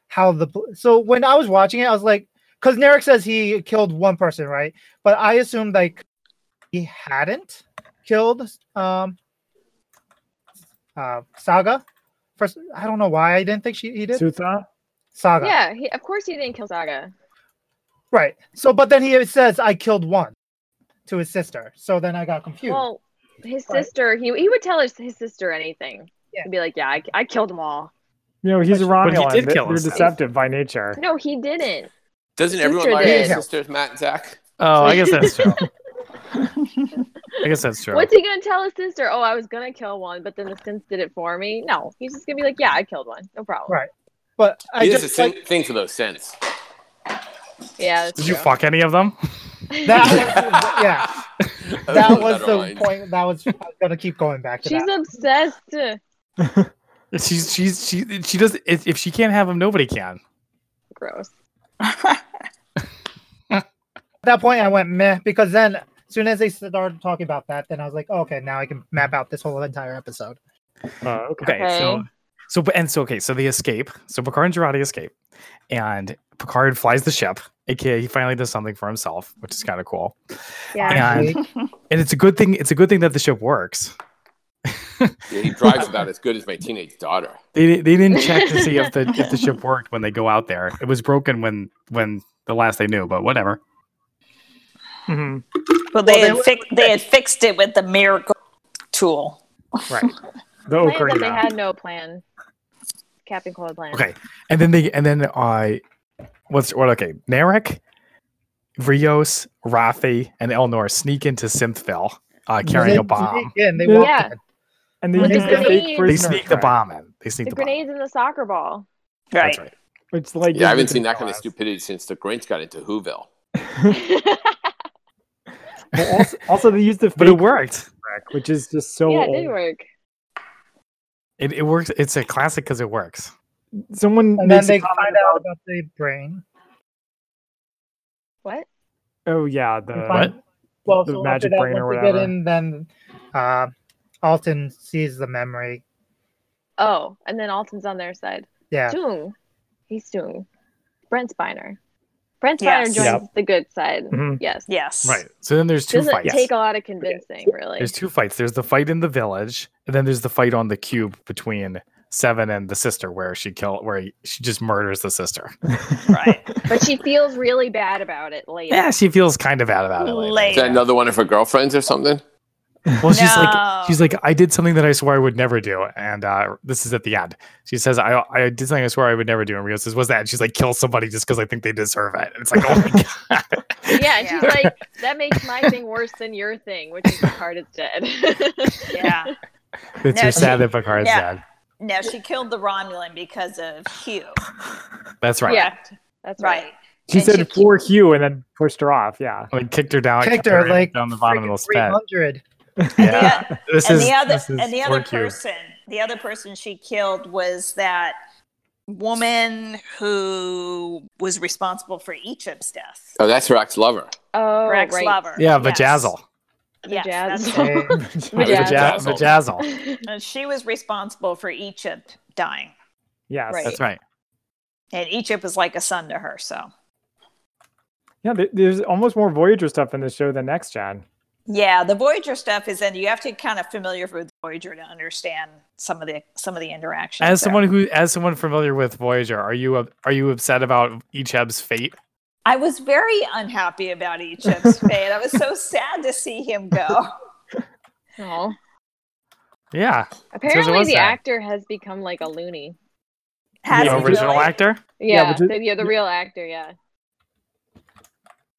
Speaker 5: how the bl- so when I was watching it, I was like, because Narek says he killed one person, right? But I assumed like he hadn't killed um uh Saga. First, I don't know why I didn't think she he did.
Speaker 1: Sutha?
Speaker 5: Saga.
Speaker 4: Yeah, he, of course he didn't kill Saga.
Speaker 5: Right. So, but then he says, "I killed one," to his sister. So then I got confused.
Speaker 4: Well, his
Speaker 5: Right.
Speaker 4: sister, he he would tell his, his sister anything.
Speaker 5: Yeah.
Speaker 4: He'd be like, "Yeah, I, I killed them all."
Speaker 1: You know, he's a
Speaker 2: But he
Speaker 1: Romulan.
Speaker 2: did
Speaker 1: They-
Speaker 2: kill
Speaker 1: They're
Speaker 2: himself.
Speaker 1: deceptive by nature.
Speaker 4: No, he didn't.
Speaker 6: Doesn't
Speaker 4: Future
Speaker 6: everyone lie to
Speaker 4: did.
Speaker 6: their sisters, Matt and Zach?
Speaker 2: Oh, I guess that's true. I guess that's true.
Speaker 4: What's he gonna tell his sister? Oh, I was gonna kill one, but then the sins did it for me. No, he's just gonna be like, "Yeah, I killed one. No problem."
Speaker 5: Right. but I
Speaker 6: He does the
Speaker 5: just
Speaker 6: same
Speaker 5: like
Speaker 6: thing for those scents.
Speaker 4: Yeah. that's
Speaker 2: Did you
Speaker 4: true.
Speaker 2: fuck any of them?
Speaker 5: that. Was, yeah,
Speaker 6: Oh,
Speaker 5: that was the
Speaker 6: line.
Speaker 5: point. That was I was gonna keep going back to
Speaker 4: She's
Speaker 5: that.
Speaker 4: obsessed.
Speaker 2: She's she's she she does if if she can't have them, nobody can.
Speaker 4: Gross.
Speaker 5: At that point, I went meh because then as soon as they started talking about that, then I was like, oh, okay, now I can map out this whole entire episode.
Speaker 1: Uh, okay.
Speaker 2: Okay, so
Speaker 4: Okay.
Speaker 2: so but and so okay, so they escape. So Picard and Girardi escape, and Picard flies the ship. AKA, he finally does something for himself, which is kind of cool.
Speaker 4: Yeah.
Speaker 2: And and it's a good thing. It's a good thing that the ship works.
Speaker 6: Yeah, he drives about as good as my teenage daughter.
Speaker 2: They di- they didn't check to see if the if the ship worked when they go out there. It was broken when when the last they knew, but whatever.
Speaker 1: Mhm.
Speaker 3: Well, they had fix they had fixed it with the miracle tool.
Speaker 1: The
Speaker 4: Plan that they
Speaker 1: Ocarina.
Speaker 4: had no plan. Captain Cold plan.
Speaker 2: Okay, and then they and then I, what's what? Okay, Narek, Rios, Rafi, and Elnor sneak into Synthville uh, carrying
Speaker 5: They-
Speaker 2: a bomb.
Speaker 5: Yeah, and they
Speaker 1: Yeah.
Speaker 5: walked
Speaker 4: Yeah.
Speaker 5: in.
Speaker 1: and they
Speaker 4: With
Speaker 1: use
Speaker 4: the
Speaker 1: the fake
Speaker 4: grenades.
Speaker 2: They
Speaker 1: prisoner.
Speaker 2: sneak the
Speaker 1: track,
Speaker 2: bomb in. They sneak
Speaker 4: The
Speaker 2: the, bomb.
Speaker 4: grenades and the soccer ball.
Speaker 3: Right.
Speaker 2: That's right.
Speaker 1: Which, like,
Speaker 6: Yeah, I haven't
Speaker 1: doesn't
Speaker 6: seen that kind of
Speaker 1: realize.
Speaker 6: stupidity since the Grinch got into Whoville.
Speaker 1: Well, also, also, they use the
Speaker 2: But it
Speaker 1: fake
Speaker 2: worked.
Speaker 1: track, which is just so
Speaker 4: yeah, it
Speaker 1: old.
Speaker 4: did work.
Speaker 2: It, it works. It's a classic because it works.
Speaker 1: Someone
Speaker 5: and then
Speaker 1: makes a
Speaker 5: they
Speaker 1: comment
Speaker 5: find out about the brain.
Speaker 4: What?
Speaker 1: Oh yeah,
Speaker 5: They
Speaker 1: the
Speaker 5: find- Well,
Speaker 1: the
Speaker 5: so
Speaker 1: magic
Speaker 5: after that,
Speaker 1: brain or
Speaker 5: once they get
Speaker 1: whatever.
Speaker 5: in, then uh, Alton sees the memory.
Speaker 4: Oh, and then Alton's on their side.
Speaker 5: Yeah,
Speaker 4: Doong. He's Doong. Brent Spiner. Brent Spiner
Speaker 3: Yes.
Speaker 4: joins
Speaker 1: Yep.
Speaker 4: the good side.
Speaker 1: Mhm.
Speaker 4: Yes.
Speaker 3: Yes.
Speaker 2: Right. So then there's 2
Speaker 4: Doesn't
Speaker 2: fights.
Speaker 4: take a lot of convincing, really.
Speaker 2: There's two fights. There's the fight in the village, and then there's the fight on the cube between Seven and the sister, where she kill, where he- she just murders the sister.
Speaker 3: Right.
Speaker 4: But she feels really bad about it later.
Speaker 2: Yeah, Eh, she feels kind of bad about it.
Speaker 6: Is that
Speaker 3: Later.
Speaker 6: another one of her girlfriends or something?
Speaker 2: Well, she's like, she's
Speaker 3: No.
Speaker 2: like, I did something that I swear I would never do, and uh, this is at the end. She says, I, I did something I swear I would never do, and Rio says, "What's that?" And she's like, "Kill somebody just because I think they deserve it." And it's like, oh my god.
Speaker 4: Yeah, and
Speaker 3: Yeah.
Speaker 4: she's like, that makes my thing worse than your thing, which is Picard is dead.
Speaker 3: Yeah.
Speaker 2: It's
Speaker 3: No,
Speaker 2: just sad
Speaker 3: she-
Speaker 2: that Picard's
Speaker 3: yeah.
Speaker 2: dead.
Speaker 3: No, she killed the Romulan because of Hugh.
Speaker 2: That's right.
Speaker 4: Yeah, that's right.
Speaker 3: Right.
Speaker 1: she
Speaker 3: And
Speaker 1: said
Speaker 3: she-
Speaker 1: for Hugh and then pushed her off. Yeah,
Speaker 2: Like kicked her down,
Speaker 5: kicked
Speaker 2: kicked
Speaker 5: her like
Speaker 2: down the bottom of the
Speaker 5: three
Speaker 2: spit.
Speaker 5: hundred.
Speaker 3: And the
Speaker 2: Yeah.
Speaker 3: o-
Speaker 2: This
Speaker 3: and
Speaker 2: is
Speaker 3: the other
Speaker 2: this is
Speaker 3: and the other
Speaker 2: poor Q.
Speaker 3: person the other person she killed was that woman who was responsible for Egypt's death
Speaker 6: Oh, that's her ex-lover.
Speaker 4: Oh,
Speaker 3: Rex
Speaker 4: right.
Speaker 3: Lover
Speaker 2: Yeah,
Speaker 3: Yes.
Speaker 2: Vajazzle.
Speaker 3: yes, that's
Speaker 4: Vajazzle.
Speaker 3: right.
Speaker 6: Yeah.
Speaker 2: Vaja-
Speaker 6: Vajazzle.
Speaker 2: Vajazzle.
Speaker 3: and she was responsible for Egypt dying
Speaker 1: yes,
Speaker 4: Right.
Speaker 2: That's right.
Speaker 3: and Egypt was like a son to her so
Speaker 1: yeah. there- There's almost more Voyager stuff in this show than Next Gen.
Speaker 3: yeah the Voyager stuff is and you have to get kind of familiar with Voyager to understand some of the some of the interactions
Speaker 2: As
Speaker 3: there.
Speaker 2: someone who, as someone familiar with Voyager, are you up- are you upset about Icheb's fate?
Speaker 3: I was very unhappy about Egypt's fate I was so sad to see him go
Speaker 4: Aw.
Speaker 2: Yeah,
Speaker 4: Apparently,
Speaker 2: was
Speaker 4: the
Speaker 2: that.
Speaker 4: actor has become like a loony.
Speaker 3: Has
Speaker 2: the
Speaker 3: he
Speaker 2: original
Speaker 3: really?
Speaker 2: actor.
Speaker 1: Yeah,
Speaker 4: Yeah,
Speaker 1: but ju-
Speaker 4: the, yeah, the real actor. Yeah,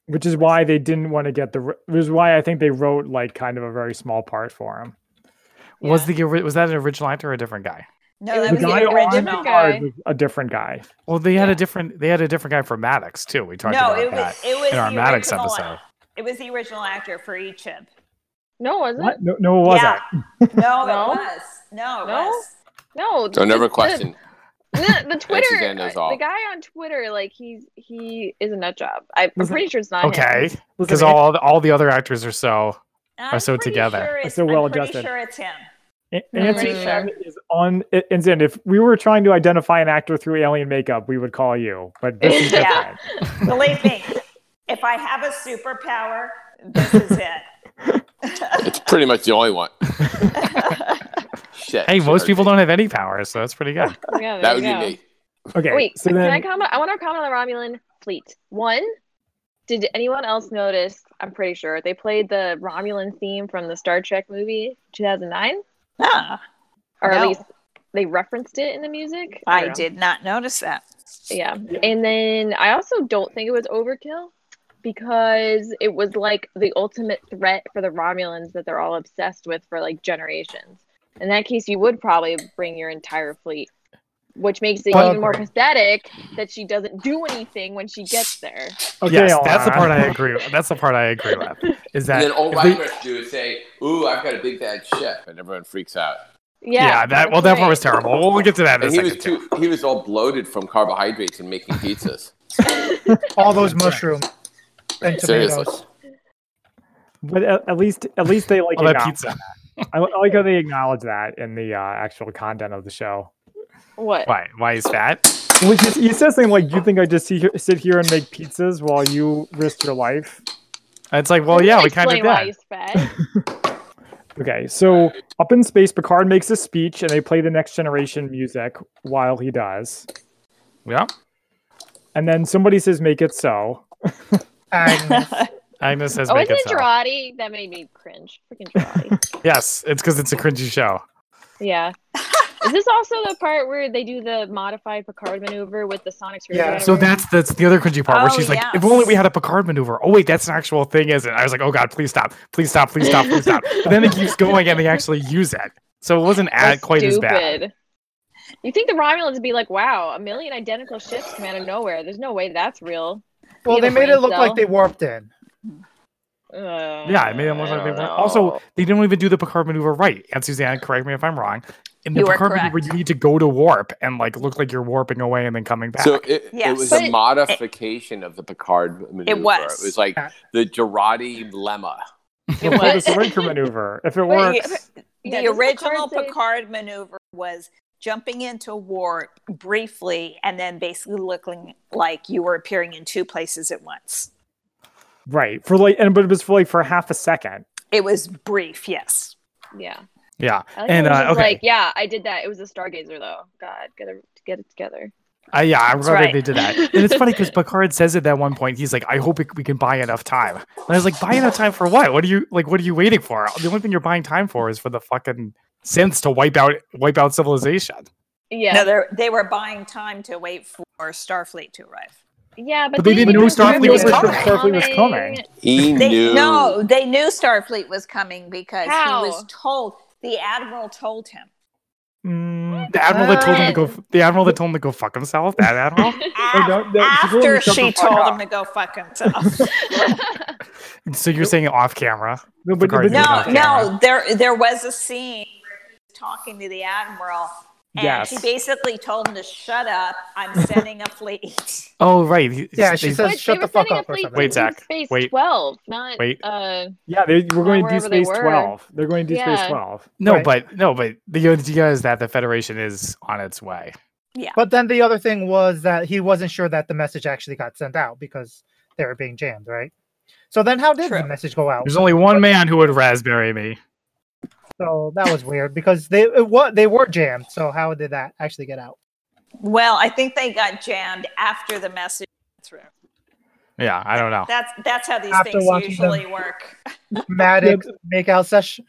Speaker 1: which is why they didn't want to get the r- which is why i think they wrote like kind of a very small part for him
Speaker 2: Was
Speaker 4: Yeah.
Speaker 2: the ori- was that an original actor or a different guy?
Speaker 3: no
Speaker 4: It
Speaker 3: that
Speaker 4: was
Speaker 3: was
Speaker 4: the
Speaker 3: the
Speaker 4: guy on
Speaker 3: original
Speaker 4: guy.
Speaker 1: was a different guy
Speaker 2: Well, they had
Speaker 4: Yeah.
Speaker 2: a different they had a different guy for Maddox too. We talked
Speaker 3: no,
Speaker 2: about
Speaker 3: it
Speaker 2: that
Speaker 3: was it was
Speaker 2: in our
Speaker 3: the
Speaker 2: Maddox
Speaker 3: original
Speaker 2: episode.
Speaker 3: It was the original actor for Egypt.
Speaker 4: no, wasn't
Speaker 1: what no, no it wasn't
Speaker 3: Yeah. No,
Speaker 4: No?
Speaker 3: it was. No, it
Speaker 4: No?
Speaker 3: was.
Speaker 4: no.
Speaker 6: So
Speaker 4: the-
Speaker 6: never
Speaker 4: the-
Speaker 6: question.
Speaker 4: The, the Twitter,
Speaker 6: Suzanne knows
Speaker 4: uh,
Speaker 6: all.
Speaker 4: the guy on Twitter, like he's he is a nut job. I, I'm
Speaker 1: Was it-
Speaker 4: pretty sure it's not him.
Speaker 2: Okay,
Speaker 1: Listen,
Speaker 2: because
Speaker 1: An-
Speaker 2: all the, all the other actors are so.
Speaker 3: I'm
Speaker 2: so
Speaker 3: pretty
Speaker 2: together.
Speaker 3: Sure
Speaker 1: It's so well
Speaker 3: I'm pretty
Speaker 1: adjusted.
Speaker 3: sure it's him.
Speaker 1: An-
Speaker 4: I'm
Speaker 1: Nancy
Speaker 4: pretty
Speaker 1: Allen is on a- and Zan, if we were trying to identify an actor through alien makeup we would call you but this is
Speaker 3: Yeah.
Speaker 1: different
Speaker 3: Believe me, if I have a superpower, this is it.
Speaker 6: It's pretty much the only one. Shit.
Speaker 2: Hey,
Speaker 6: she
Speaker 2: most
Speaker 6: heard
Speaker 2: people
Speaker 6: me.
Speaker 2: don't have any powers, so that's pretty good.
Speaker 4: Yeah,
Speaker 6: That
Speaker 4: there
Speaker 6: would
Speaker 4: you
Speaker 6: be
Speaker 4: go.
Speaker 6: me.
Speaker 1: Okay.
Speaker 4: Wait,
Speaker 1: so
Speaker 4: can I
Speaker 1: then
Speaker 4: comment? I want to comment on the Romulan fleet. One, did anyone else notice? I'm pretty sure they played the Romulan theme from the Star Trek movie 2009,
Speaker 3: Ah,
Speaker 4: or at
Speaker 3: No.
Speaker 4: least they referenced it in the music.
Speaker 3: I
Speaker 4: don't know.
Speaker 3: did not notice that.
Speaker 4: Yeah. And then I also don't think it was overkill because it was like the ultimate threat for the Romulans that they're all obsessed with for like generations. In that case, you would probably bring your entire fleet, which makes it
Speaker 5: Well-
Speaker 4: even more pathetic that she doesn't do anything when she gets there.
Speaker 1: okay,
Speaker 2: yes, that's the
Speaker 1: Alana.
Speaker 2: part I agree. With. That's the part I agree with. Is that
Speaker 6: And then all
Speaker 2: if we-
Speaker 6: Rhymers do is say, "Ooh, I've got a big bad ship," and everyone freaks out.
Speaker 4: Yeah.
Speaker 2: yeah, that well, that part was terrible. We'll, we'll get to that in a
Speaker 6: And he was
Speaker 2: second.
Speaker 6: too. He was all bloated from carbohydrates and making pizzas.
Speaker 5: All those mushrooms and
Speaker 6: Seriously.
Speaker 5: tomatoes.
Speaker 1: But at, at least, at least they like
Speaker 2: All that
Speaker 1: acknow-
Speaker 2: pizza.
Speaker 1: I, I like how they acknowledge that in the uh, actual content of the show.
Speaker 4: What?
Speaker 2: Why? Why is that?
Speaker 1: Which is, he says something like, "You think I just see, sit here and make pizzas while you risk your life?"
Speaker 2: It's like, well, yeah, we kind of
Speaker 4: Explain why
Speaker 2: did.
Speaker 4: he's fat.
Speaker 1: Okay, so up in space, Picard makes a speech, and they play the Next Generation music while he does.
Speaker 2: Yeah,
Speaker 1: And then somebody says, "Make it so."
Speaker 5: Agnes.
Speaker 2: Agnes says,
Speaker 4: oh,
Speaker 2: make
Speaker 4: isn't
Speaker 2: it
Speaker 4: it
Speaker 2: so.
Speaker 4: Girardi? That made me cringe. Freaking Girardi.
Speaker 2: Yes, it's because it's a cringy show.
Speaker 4: yeah. Is this also the part where they do the modified Picard maneuver with the sonic
Speaker 5: Yeah.
Speaker 4: screwdriver?
Speaker 2: So that's that's the other cringy part where
Speaker 3: Oh,
Speaker 2: she's like,
Speaker 3: yes.
Speaker 2: "If only we had a Picard maneuver." Oh wait, that's an actual thing, isn't it? I was like, "Oh god, please stop, please stop, please stop, please stop." But then it keeps going, and they actually use it, so it wasn't
Speaker 4: That's
Speaker 2: ad- quite as bad.
Speaker 4: stupid. You think the Romulans would be like, "Wow, a million identical ships come out of nowhere. There's no way that's real."
Speaker 5: well,
Speaker 4: Need
Speaker 5: they
Speaker 4: a
Speaker 5: made it
Speaker 4: brain
Speaker 5: look
Speaker 4: cell.
Speaker 5: like they warped in.
Speaker 4: Uh,
Speaker 2: Yeah, it made them look
Speaker 4: I
Speaker 2: like they
Speaker 4: don't
Speaker 2: weren't. Also,
Speaker 4: know.
Speaker 2: they didn't even do the Picard maneuver right. And Suzanne, correct me if I'm wrong. In the
Speaker 3: You are
Speaker 2: Picard maneuver,
Speaker 3: correct.
Speaker 2: you need to go to warp and like look like you're warping away and then coming back.
Speaker 6: So it,
Speaker 3: Yes.
Speaker 6: it was
Speaker 4: But-
Speaker 6: a modification of the Picard maneuver.
Speaker 3: was.
Speaker 6: It was like the Girardi lemma.
Speaker 3: It
Speaker 1: Well,
Speaker 3: was
Speaker 1: it's a Riker maneuver. If it
Speaker 3: But yeah,
Speaker 1: works,
Speaker 4: Yeah,
Speaker 3: the
Speaker 4: doesn't
Speaker 3: original
Speaker 4: say-
Speaker 3: Picard maneuver was jumping into warp briefly and then basically looking like you were appearing in two places at once.
Speaker 1: right? For like, and but it was for like for half a second.
Speaker 3: It was brief, yes.
Speaker 4: yeah,
Speaker 2: yeah,
Speaker 4: I like
Speaker 2: And,
Speaker 4: and
Speaker 2: uh, okay.
Speaker 4: like, yeah, I did that. It was a stargazer, though. God, get it, get it together.
Speaker 2: I, Uh, yeah, I remember
Speaker 3: right.
Speaker 2: they did that. And it's funny because Picard says at that one point, he's like, "I hope we- we can buy enough time." And I was like, "Buy enough time for what? What are you like? What are you waiting for? The only thing you're buying time for is for the fucking synths to wipe out wipe out civilization."
Speaker 4: Yeah,
Speaker 3: No, they're- they were buying time to wait for Starfleet to arrive.
Speaker 4: yeah, but,
Speaker 2: But they didn't know Starfleet
Speaker 1: was
Speaker 4: coming.
Speaker 1: coming. Starfleet was coming.
Speaker 6: He
Speaker 3: They
Speaker 6: knew.
Speaker 3: no, they knew Starfleet was coming because
Speaker 4: How?
Speaker 3: he was told. The admiral told him.
Speaker 1: Mm,
Speaker 2: The admiral that told him to go.
Speaker 4: What?
Speaker 2: The admiral that told him to go fuck himself. That admiral.
Speaker 1: no, no, she told him
Speaker 3: after
Speaker 1: to shut
Speaker 3: she
Speaker 1: the fuck
Speaker 3: told
Speaker 1: up.
Speaker 3: him to go fuck himself.
Speaker 2: so you're saying off camera?
Speaker 1: No, but,
Speaker 2: Picard did
Speaker 1: but
Speaker 3: no,
Speaker 2: off camera.
Speaker 3: no, there there was a scene where he was talking to the admiral, and
Speaker 1: Yes.
Speaker 3: she basically told him to shut up. I'm sending a fleet.
Speaker 2: Oh right. he-
Speaker 5: Yeah, she
Speaker 2: they-
Speaker 5: said-
Speaker 4: But
Speaker 5: shut
Speaker 4: they
Speaker 5: the
Speaker 4: were
Speaker 5: fuck
Speaker 4: sending
Speaker 5: up
Speaker 4: a
Speaker 5: or
Speaker 4: fleet
Speaker 5: something.
Speaker 2: Wait,
Speaker 4: to
Speaker 2: Zach,
Speaker 4: Space
Speaker 2: wait.
Speaker 4: Twelve, not
Speaker 2: Wait.
Speaker 4: uh,
Speaker 1: yeah, they we're going to do
Speaker 4: wherever they
Speaker 1: space
Speaker 4: were.
Speaker 1: twelve. They're going to do space
Speaker 4: Yeah.
Speaker 1: twelve.
Speaker 2: No,
Speaker 5: Right.
Speaker 2: but no, but the idea is that the Federation is on its way.
Speaker 5: But then the other thing was that he wasn't sure that the message actually got sent out because they were being jammed, right? So then how did the
Speaker 3: True.
Speaker 5: message go out?
Speaker 2: There's only one man who would raspberry me.
Speaker 5: So that was weird because they it, wa they were jammed. So how did that actually get out?
Speaker 3: Well, I think they got jammed after the message went through.
Speaker 2: Yeah, I don't know.
Speaker 3: That's that's how these
Speaker 5: After
Speaker 3: things
Speaker 5: watching them.
Speaker 3: usually work.
Speaker 5: Maddox make out session.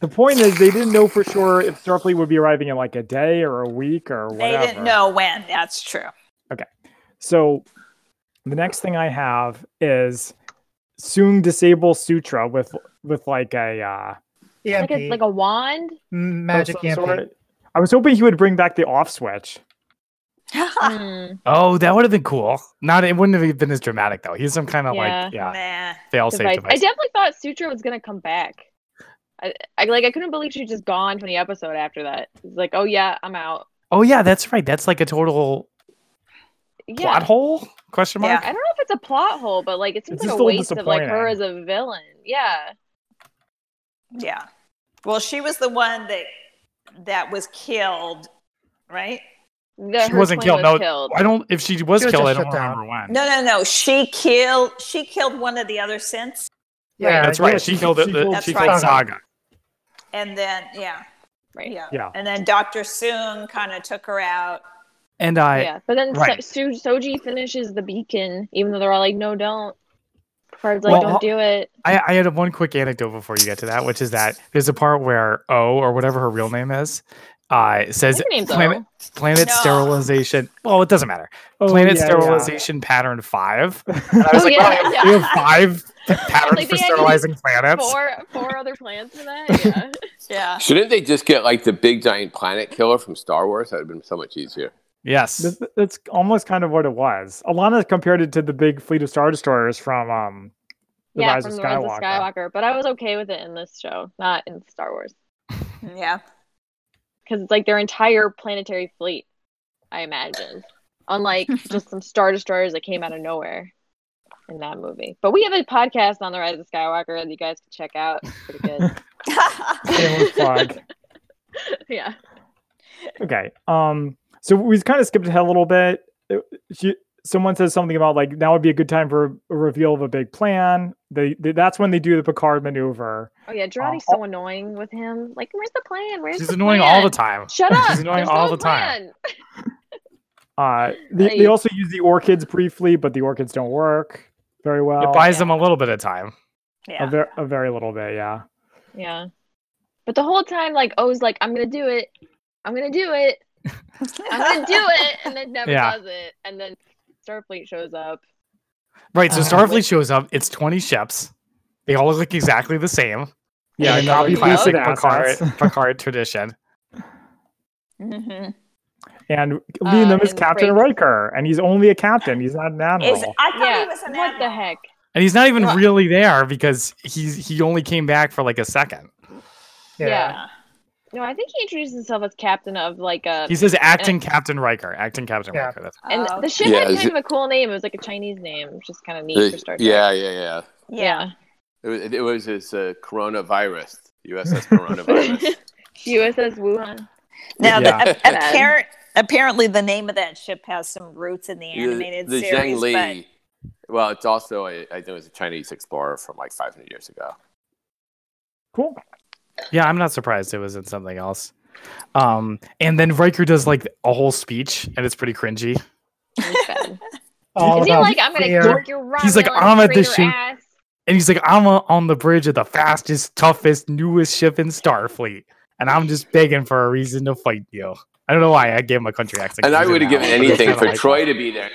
Speaker 1: The point is, they didn't know for sure if Starfleet would be arriving in like a day or a week or whatever.
Speaker 3: They didn't know when. That's true.
Speaker 1: So the next thing I have is soon disable Sutra with with like a uh,
Speaker 5: EMP,
Speaker 4: like a like a wand.
Speaker 5: E m- magic
Speaker 2: Oh,
Speaker 1: of some
Speaker 5: EMP.
Speaker 1: sort. I was hoping he would bring back the off switch.
Speaker 4: Hmm.
Speaker 2: Oh, that would have been cool. Not it wouldn't have been as dramatic though. He's some kind of like yeah
Speaker 3: Nah.
Speaker 2: fail safe
Speaker 4: device. I
Speaker 2: device.
Speaker 4: definitely thought Sutra was gonna come back. I, I like I couldn't believe she was just gone from the episode after that. It's like, oh yeah, I'm out.
Speaker 2: Oh yeah, that's right. That's like a total
Speaker 4: Yeah.
Speaker 2: plot hole? Question
Speaker 3: Yeah.
Speaker 2: mark.
Speaker 4: I don't know if it's a plot hole, but like it seems
Speaker 1: It's just
Speaker 4: like a
Speaker 1: a little
Speaker 4: waste of like her as
Speaker 1: disappointing.
Speaker 4: a villain. Yeah.
Speaker 3: Yeah. Well, she was the one that that was killed, right?
Speaker 4: The,
Speaker 2: She
Speaker 4: her
Speaker 2: wasn't
Speaker 4: twin
Speaker 2: killed,
Speaker 4: was
Speaker 2: no.
Speaker 4: killed.
Speaker 2: I don't. If she was
Speaker 5: She was
Speaker 2: killed, I
Speaker 5: just
Speaker 2: don't
Speaker 5: shut down.
Speaker 2: remember when.
Speaker 3: No, no, no. She killed. She killed one of the other synths.
Speaker 5: Yeah,
Speaker 2: That's
Speaker 5: I
Speaker 2: right.
Speaker 5: guess
Speaker 2: She killed it. the-
Speaker 3: That's
Speaker 2: She
Speaker 3: right.
Speaker 2: killed Saga.
Speaker 3: And then, yeah,
Speaker 4: Right.
Speaker 3: yeah.
Speaker 1: Yeah.
Speaker 3: And then Dr. Soon kind of took her out.
Speaker 2: And I
Speaker 4: yeah, but then
Speaker 2: right.
Speaker 4: so- Soji finishes the beacon, even though they're all like, "No, don't." Picard's like,
Speaker 2: Well, uh,
Speaker 4: "Don't
Speaker 2: I'll-
Speaker 4: do it."
Speaker 2: I, I had one quick anecdote before you get to that, which is that there's a part where O or whatever her real name is, uh, says
Speaker 4: Her name's
Speaker 2: planet, planet
Speaker 3: No.
Speaker 2: sterilization. Well, it doesn't matter.
Speaker 1: Oh,
Speaker 2: planet
Speaker 1: yeah, yeah.
Speaker 2: sterilization pattern five. And I was
Speaker 4: Oh,
Speaker 2: like,
Speaker 4: yeah,
Speaker 2: wow,
Speaker 4: yeah.
Speaker 2: we have five patterns
Speaker 4: like,
Speaker 2: for
Speaker 4: they had
Speaker 2: sterilizing planets.
Speaker 4: Four, four other plans for that. Yeah.
Speaker 3: Yeah.
Speaker 6: Shouldn't they just get like the big giant planet killer from Star Wars? That would have been so much easier.
Speaker 2: Yes.
Speaker 1: Th- th- That's almost kind of what it was. Alana compared it to the big fleet of star destroyers from um, the
Speaker 4: yeah,
Speaker 1: Rise
Speaker 4: from
Speaker 1: of
Speaker 4: the Rise of
Speaker 1: Skywalker.
Speaker 4: Skywalker. But I was okay with it in this show, not in Star Wars,
Speaker 3: Yeah.
Speaker 4: because it's like their entire planetary fleet, I imagine, unlike just some star destroyers that came out of nowhere in that movie. But we have a podcast on the Rise of Skywalker that you guys can check out. It's pretty good.
Speaker 1: Shameless plug.
Speaker 4: yeah.
Speaker 1: Okay. Um. So we kind of skipped ahead a little bit. It- She, someone says something about like now would be a good time for a reveal of a big plan. They, they that's when they do the Picard maneuver.
Speaker 4: Oh yeah, Jurati's so annoying with him. Like, where's the plan? Where's
Speaker 2: Uh, She's
Speaker 4: the
Speaker 2: annoying all the
Speaker 4: plan?
Speaker 2: time.
Speaker 4: Shut up!
Speaker 2: She's annoying
Speaker 4: There's
Speaker 2: all
Speaker 4: no
Speaker 2: the time.
Speaker 4: plan!
Speaker 1: Uh. They, they
Speaker 4: Right.
Speaker 1: also use the orchids briefly, but the orchids don't work very well.
Speaker 2: It buys
Speaker 3: yeah.
Speaker 2: them a little bit of time.
Speaker 1: a,
Speaker 3: Yeah.
Speaker 1: ver- a very little bit. Yeah.
Speaker 4: Yeah, but the whole time, like, O's like, I'm gonna do it. I'm gonna do it. I'm gonna do it, and then never
Speaker 2: Yeah.
Speaker 4: does it, and then Starfleet shows up.
Speaker 2: Right.
Speaker 4: Oh.
Speaker 2: So
Speaker 1: Uh,
Speaker 2: Starfleet shows up. It's 20 ships. They all look like exactly the same.
Speaker 1: Yeah.
Speaker 2: in
Speaker 1: copy
Speaker 2: another
Speaker 1: pasted
Speaker 2: classic Picard,
Speaker 1: assets.
Speaker 2: Picard tradition.
Speaker 3: Mhm.
Speaker 1: And leading
Speaker 4: Uh,
Speaker 1: them is
Speaker 4: and
Speaker 1: Captain
Speaker 4: Freight-
Speaker 1: Riker, and he's only a captain. He's not an admiral.
Speaker 3: Is, I thought
Speaker 4: yeah,
Speaker 3: he was an
Speaker 4: what the
Speaker 3: admiral.
Speaker 4: heck?
Speaker 2: And he's not even
Speaker 3: Right.
Speaker 2: really there because he's he only came back for like a second.
Speaker 4: Yeah. No, I think he introduced himself as captain of like a,
Speaker 2: He says acting Captain Riker, acting Captain
Speaker 5: Yeah.
Speaker 2: Riker. That's
Speaker 4: and
Speaker 3: Oh,
Speaker 4: the ship
Speaker 6: Yeah,
Speaker 4: had
Speaker 6: is
Speaker 4: kind of a cool name. It was like a Chinese name, which is kind of neat
Speaker 6: They-
Speaker 4: for Star Trek.
Speaker 6: yeah, yeah, yeah.
Speaker 4: yeah.
Speaker 6: It was, it was this uh, coronavirus, USS coronavirus.
Speaker 4: USS Wuhan.
Speaker 3: Now,
Speaker 2: Yeah.
Speaker 3: the, a, apparent, apparently, the name of that ship has some roots in the
Speaker 6: the
Speaker 3: animated
Speaker 6: the
Speaker 3: series.
Speaker 6: Zhang
Speaker 3: but-
Speaker 6: Li. Well, it's also a, I think it was a Chinese explorer from like 500 years ago.
Speaker 1: cool.
Speaker 2: Yeah, I'm not surprised it was in something else. Um, and then Riker does like a whole speech, and it's pretty cringy.
Speaker 4: That's bad.
Speaker 5: All
Speaker 4: Is he
Speaker 5: about
Speaker 4: like, I'm gonna
Speaker 5: fear.
Speaker 4: kick your Romulan
Speaker 2: He's like, "I'm at this
Speaker 4: traitor
Speaker 2: ship."
Speaker 4: ass.
Speaker 2: And he's like, "I'm uh, on the bridge of the fastest, toughest, newest ship in Starfleet, and I'm just begging for a reason to fight you." I don't know why I gave him a country accent.
Speaker 6: And I would have
Speaker 2: He's an
Speaker 6: given
Speaker 2: ally, but it's
Speaker 6: anything
Speaker 2: kinda
Speaker 6: for
Speaker 2: like
Speaker 6: Troy to be there.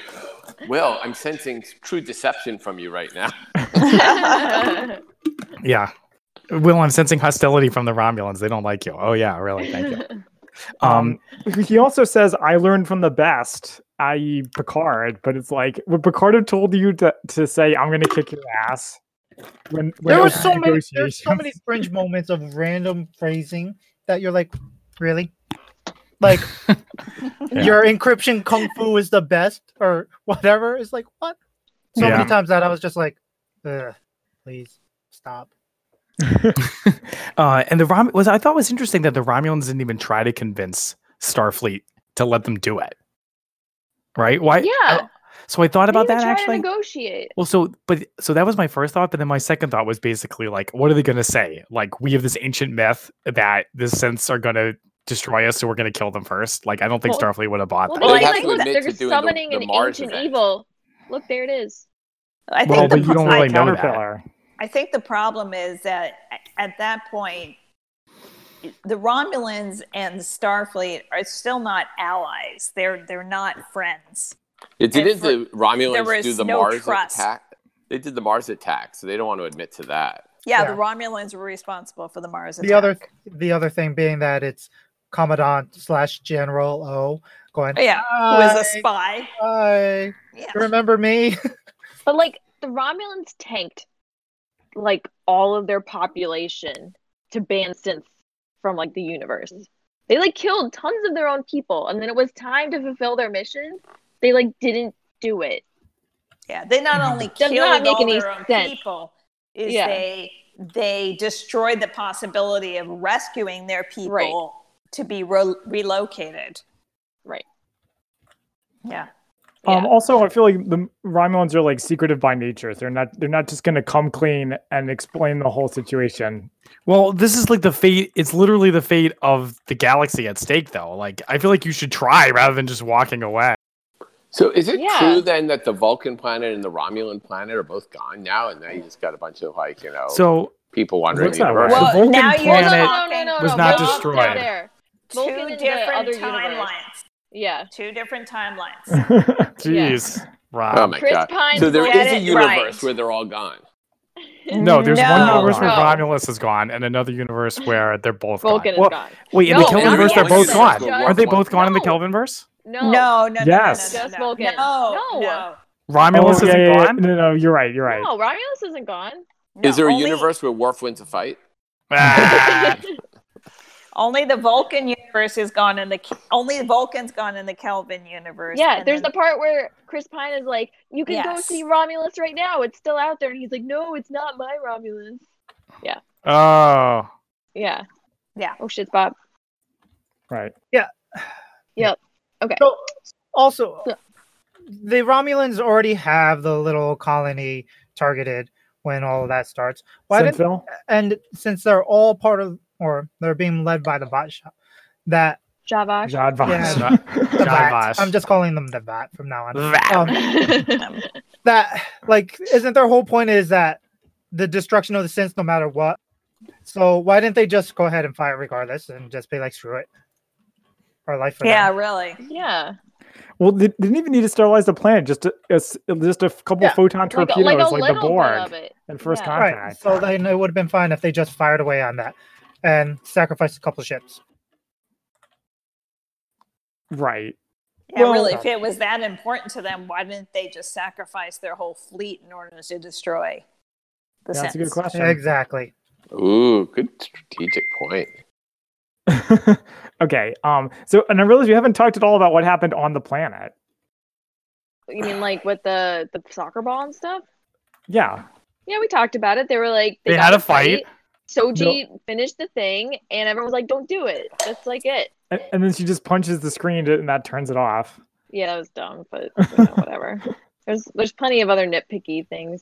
Speaker 6: Well, I'm sensing true deception from you right now.
Speaker 2: that. Yeah. Will, I'm sensing hostility from the Romulans. They don't like you. Oh yeah, really? Thank you. Um,
Speaker 1: Um, he also says, "I learned from the best," i.e., Picard. But it's like, would Picard have told you to, to say, "I'm going to kick your ass"? When, when
Speaker 5: there
Speaker 1: it
Speaker 5: were
Speaker 1: was
Speaker 5: so many there's so
Speaker 1: negotiations?
Speaker 5: many fringe moments of random phrasing that you're like, really? Like your encryption kung fu is the best or whatever. It's like what? So
Speaker 2: Yeah.
Speaker 5: many times that I was just like, Ugh, please stop.
Speaker 2: Uh, and the Rom was I thought was interesting that the Romulans didn't even try to convince Starfleet to let them do it. Right? Why?
Speaker 4: Yeah.
Speaker 2: I- so I thought
Speaker 4: They
Speaker 2: about
Speaker 4: even
Speaker 2: that
Speaker 4: try
Speaker 2: actually.
Speaker 4: To negotiate.
Speaker 2: well, so but so that was my first thought, but then my second thought was basically like, what are they going to say? Like, we have this ancient myth that the synths are going to destroy us, so we're going to kill them first. Like, I don't think
Speaker 4: Well-
Speaker 2: Starfleet would have bought
Speaker 4: Well,
Speaker 2: that.
Speaker 4: they're
Speaker 6: Well, they have
Speaker 4: like,
Speaker 6: to
Speaker 4: look,
Speaker 6: admit
Speaker 4: they're
Speaker 6: to doing the-
Speaker 4: summoning
Speaker 6: the
Speaker 4: an
Speaker 6: Mars
Speaker 4: ancient
Speaker 6: event.
Speaker 4: evil. Look, there it is.
Speaker 3: I think
Speaker 2: Well,
Speaker 3: the
Speaker 2: but you don't
Speaker 3: pro-
Speaker 2: really know that.
Speaker 1: Caterpillar.
Speaker 3: I think the problem is that a- at that point, the Romulans and Starfleet are still not allies. They're they're not friends.
Speaker 6: It didn't
Speaker 3: for-
Speaker 6: the Romulans
Speaker 3: was
Speaker 6: do the
Speaker 3: no
Speaker 6: Mars
Speaker 3: trust.
Speaker 6: attack? They did the Mars attack, so they don't want to admit to that.
Speaker 3: Yeah,
Speaker 5: Yeah.
Speaker 3: the Romulans were responsible for the Mars attack.
Speaker 5: The other the other thing being that it's Commandant slash General O going.
Speaker 3: yeah, who
Speaker 5: Hi,
Speaker 3: was a spy.
Speaker 5: hi,
Speaker 3: Yeah.
Speaker 5: you remember me?
Speaker 4: But like the Romulans tanked like all of their population to ban synths from like the universe. They like killed tons of their own people, and then it was time to fulfill their mission. They like didn't do it.
Speaker 3: Yeah, they not only
Speaker 4: Does
Speaker 3: killed
Speaker 4: not make
Speaker 3: all
Speaker 4: any
Speaker 3: their own
Speaker 4: sense.
Speaker 3: people, is
Speaker 4: Yeah.
Speaker 3: they they destroyed the possibility of rescuing their people
Speaker 4: Right.
Speaker 3: to be re- relocated.
Speaker 4: Right.
Speaker 3: Yeah.
Speaker 2: Oh,
Speaker 1: Um, also, I feel like the Romulans are like secretive by nature. They're not. They're not just going to come clean and explain the whole situation.
Speaker 2: Well, this is like the fate. It's literally the fate of the galaxy at stake, though. Like, I feel like you should try rather than just walking away.
Speaker 6: So is it
Speaker 4: Yeah.
Speaker 6: true then that the Vulcan planet and the Romulan planet are both gone now, and now you just got a bunch of like you know
Speaker 2: So
Speaker 6: people wandering
Speaker 1: Looks
Speaker 6: the
Speaker 1: that way.
Speaker 6: universe?
Speaker 1: Well,
Speaker 3: Whoa,
Speaker 2: Vulcan
Speaker 3: now you're
Speaker 2: planet
Speaker 4: no, no, no,
Speaker 3: talking
Speaker 4: no,
Speaker 2: was
Speaker 4: no, Vulcan's
Speaker 2: not
Speaker 4: not
Speaker 2: destroyed.
Speaker 4: there. Vulcan
Speaker 3: two
Speaker 4: is the
Speaker 3: different
Speaker 4: other universe.
Speaker 3: timelines.
Speaker 4: Yeah.
Speaker 3: Two different timelines.
Speaker 2: jeez,
Speaker 6: oh
Speaker 2: Rob.
Speaker 6: my
Speaker 4: Chris
Speaker 6: god!
Speaker 4: Pine
Speaker 6: So there
Speaker 3: said
Speaker 6: is a
Speaker 3: it
Speaker 6: universe
Speaker 3: right.
Speaker 6: where they're all gone.
Speaker 2: no, there's one
Speaker 3: No.
Speaker 2: universe where
Speaker 4: No.
Speaker 2: Romulus is gone, and another universe where they're both
Speaker 4: Vulcan
Speaker 2: gone. Well,
Speaker 4: is gone.
Speaker 2: Wait, in
Speaker 4: No,
Speaker 2: the Kelvin
Speaker 4: not
Speaker 2: verse, they're
Speaker 4: the
Speaker 2: both
Speaker 4: Vulcan.
Speaker 2: gone.
Speaker 4: Just-
Speaker 2: Are they both gone in the
Speaker 4: No.
Speaker 2: Kelvin verse?
Speaker 4: No.
Speaker 3: No, no, no,
Speaker 1: Yes.
Speaker 3: no, no, no,
Speaker 4: Just
Speaker 3: no.
Speaker 4: Vulcan.
Speaker 3: No,
Speaker 4: No.
Speaker 3: no.
Speaker 2: Romulus
Speaker 1: Oh,
Speaker 2: isn't
Speaker 1: yeah, yeah,
Speaker 2: gone.
Speaker 1: No, no, you're right. You're right.
Speaker 4: No, Romulus isn't gone.
Speaker 3: no,
Speaker 6: is there a
Speaker 3: only-
Speaker 6: universe where Worf wins a fight?
Speaker 2: Ah.
Speaker 3: Only the Vulcan universe is gone in the only Vulcan's gone in the Kelvin universe.
Speaker 4: yeah,
Speaker 3: and
Speaker 4: there's the
Speaker 3: then-
Speaker 4: part where Chris Pine is like, "You can go
Speaker 3: Yes.
Speaker 4: see Romulus right now. It's still out there." And he's like, "No, it's not my Romulus."
Speaker 2: oh,
Speaker 4: Yeah.
Speaker 3: Yeah.
Speaker 4: Oh shit, Bob.
Speaker 1: Right.
Speaker 5: So also
Speaker 4: Yeah.
Speaker 5: the Romulans already have the little colony targeted when all of that starts. Why did
Speaker 1: Sinfil?
Speaker 5: and since they're all part of or they're being led by the bot shop that
Speaker 4: Javash.
Speaker 1: Jadvash.
Speaker 5: Yeah. the
Speaker 2: Javash.
Speaker 5: Vat, I'm just calling them the Vat from now on.
Speaker 2: Vat.
Speaker 5: Um, that like isn't their whole point is that the destruction of the sins no matter what. So why didn't they just go ahead and fight regardless and just be like screw it? Our life for
Speaker 3: Yeah,
Speaker 5: them.
Speaker 3: really.
Speaker 4: Yeah.
Speaker 1: Well, they didn't even need to sterilize the planet. Just a, a s- just a f- couple
Speaker 5: Yeah.
Speaker 1: photon
Speaker 4: Like,
Speaker 1: torpedoes,
Speaker 4: like
Speaker 1: like,
Speaker 4: a
Speaker 1: the
Speaker 4: little bit of
Speaker 1: Borg
Speaker 4: it.
Speaker 1: and First
Speaker 4: yeah.
Speaker 1: Contact.
Speaker 5: Right. So then it would have been fine if they just fired away on that and sacrificed a couple ships.
Speaker 1: Right.
Speaker 3: Yeah,
Speaker 1: Well-
Speaker 3: really. If it was that important to them, why didn't they just sacrifice their whole fleet in order to destroy the
Speaker 1: That's a good
Speaker 3: Sens?
Speaker 1: question.
Speaker 5: Exactly.
Speaker 6: Ooh, good strategic point.
Speaker 1: okay. Um. So, and I realize we haven't talked at all about what happened on the planet.
Speaker 4: You mean like with the the soccer ball and stuff?
Speaker 1: Yeah.
Speaker 4: Yeah, we talked about it. They were like
Speaker 2: They
Speaker 4: got
Speaker 2: had
Speaker 4: in
Speaker 2: a fight.
Speaker 4: Soji finished the thing, and everyone was like, "Don't do it." That's like it.
Speaker 1: And, and then she just punches the screen to, and that turns it off.
Speaker 4: Yeah, that was dumb, but you know, whatever. There's there's plenty of other nitpicky things.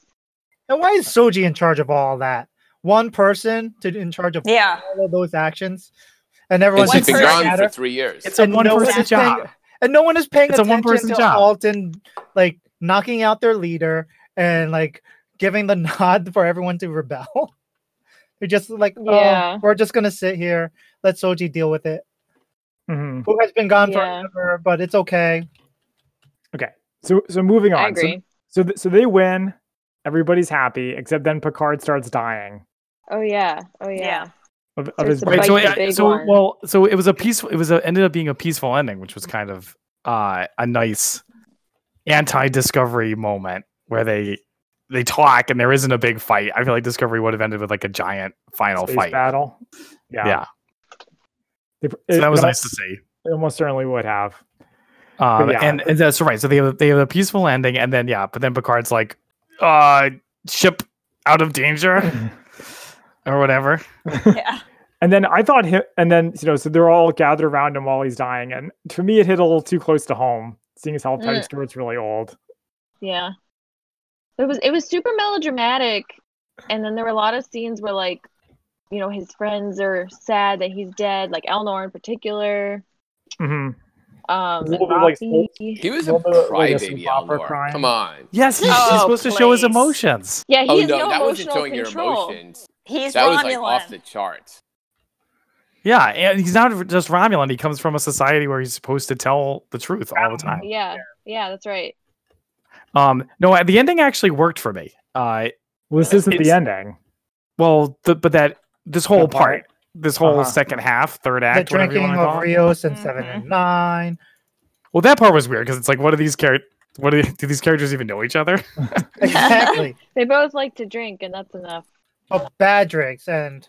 Speaker 5: And why is Soji in charge of all that? One person to in charge of
Speaker 3: Yeah.
Speaker 5: all of those actions, and
Speaker 6: And
Speaker 5: everyone's
Speaker 3: One
Speaker 5: just
Speaker 6: she's been
Speaker 3: person-
Speaker 5: staring at
Speaker 6: gone for
Speaker 5: her,
Speaker 6: three years.
Speaker 2: It's a
Speaker 5: And no
Speaker 2: one person
Speaker 5: one's
Speaker 2: job.
Speaker 5: and no one is paying
Speaker 2: It's a
Speaker 5: attention
Speaker 2: one-person
Speaker 5: to
Speaker 2: job.
Speaker 5: Alton like knocking out their leader and like giving the nod for everyone to rebel. They're just like, oh,
Speaker 4: Yeah.
Speaker 5: we're just gonna sit here, let Soji deal with it.
Speaker 1: hmm
Speaker 5: Who has been gone
Speaker 4: Yeah.
Speaker 5: forever, but it's okay.
Speaker 1: So, so moving on.
Speaker 4: I
Speaker 1: So-
Speaker 4: agree.
Speaker 1: So, th- so they win. Everybody's happy, except then Picard starts dying
Speaker 4: Oh yeah. Oh yeah.
Speaker 3: Yeah.
Speaker 1: of, of
Speaker 4: Starts
Speaker 1: his
Speaker 4: to
Speaker 1: brain.
Speaker 2: Right, so
Speaker 4: Like the
Speaker 2: it-
Speaker 4: big
Speaker 2: so
Speaker 4: one.
Speaker 2: well, so it was a peaceful. It was a, ended up being a peaceful ending, which was kind of uh, a nice anti-discovery moment where they they talk and there isn't a big fight. I feel like Discovery would have ended with like a giant final
Speaker 1: space
Speaker 2: fight.
Speaker 1: battle. Yeah.
Speaker 2: Yeah.
Speaker 1: They-
Speaker 2: So
Speaker 1: it-
Speaker 2: that was
Speaker 1: it al-
Speaker 2: nice to see.
Speaker 1: It almost certainly would have.
Speaker 2: Um,
Speaker 1: yeah.
Speaker 2: and, and that's right. So they have they have a peaceful ending, and then yeah, but then Picard's like, uh, ship out of danger, or whatever.
Speaker 3: Yeah.
Speaker 1: And then I thought him, and then you know, so they're all gathered around him while he's dying. And to me, it hit a little too close to home, seeing as how Patrick
Speaker 4: Mm.
Speaker 1: Stewart's really old.
Speaker 4: Yeah. It was it was super melodramatic and then there were a lot of scenes where like you know his friends are sad that he's dead, like Elnor in particular.
Speaker 1: hmm
Speaker 4: Um
Speaker 1: little
Speaker 4: and
Speaker 1: bit like
Speaker 4: Rafi.
Speaker 6: He was
Speaker 1: Well,
Speaker 6: a
Speaker 1: the- like a
Speaker 6: private
Speaker 1: soap opera crying.
Speaker 6: Come on.
Speaker 2: Yes, he's,
Speaker 3: Oh,
Speaker 2: he's supposed to show his
Speaker 3: please.
Speaker 2: emotions.
Speaker 4: yeah, he
Speaker 6: oh
Speaker 4: has
Speaker 6: no,
Speaker 4: no
Speaker 6: that wasn't
Speaker 4: emotional
Speaker 6: showing
Speaker 4: control.
Speaker 6: your emotions.
Speaker 3: He's
Speaker 6: that
Speaker 3: Romulan.
Speaker 6: was like off the charts.
Speaker 2: Yeah, and he's not just Romulan. He comes from a society where he's supposed to tell the truth all the time.
Speaker 4: Yeah. Yeah, that's right.
Speaker 2: Um, no, the ending actually worked for me. Uh,
Speaker 1: Well, this isn't the
Speaker 2: It's-
Speaker 1: ending.
Speaker 2: well, the, but that this whole
Speaker 1: The
Speaker 2: part,
Speaker 1: part.
Speaker 2: this whole
Speaker 1: Uh-huh.
Speaker 2: second half, third
Speaker 5: The
Speaker 2: act, whatever you
Speaker 5: drinking
Speaker 2: want to call
Speaker 5: of
Speaker 2: it.
Speaker 5: Rios and seven
Speaker 4: Mm-hmm.
Speaker 3: Mhm.
Speaker 5: and nine.
Speaker 2: Well, that part was weird because it's like, what are these characters? What do, do these characters even know each other?
Speaker 5: Exactly.
Speaker 4: They both like to drink and that's enough.
Speaker 5: of bad drinks and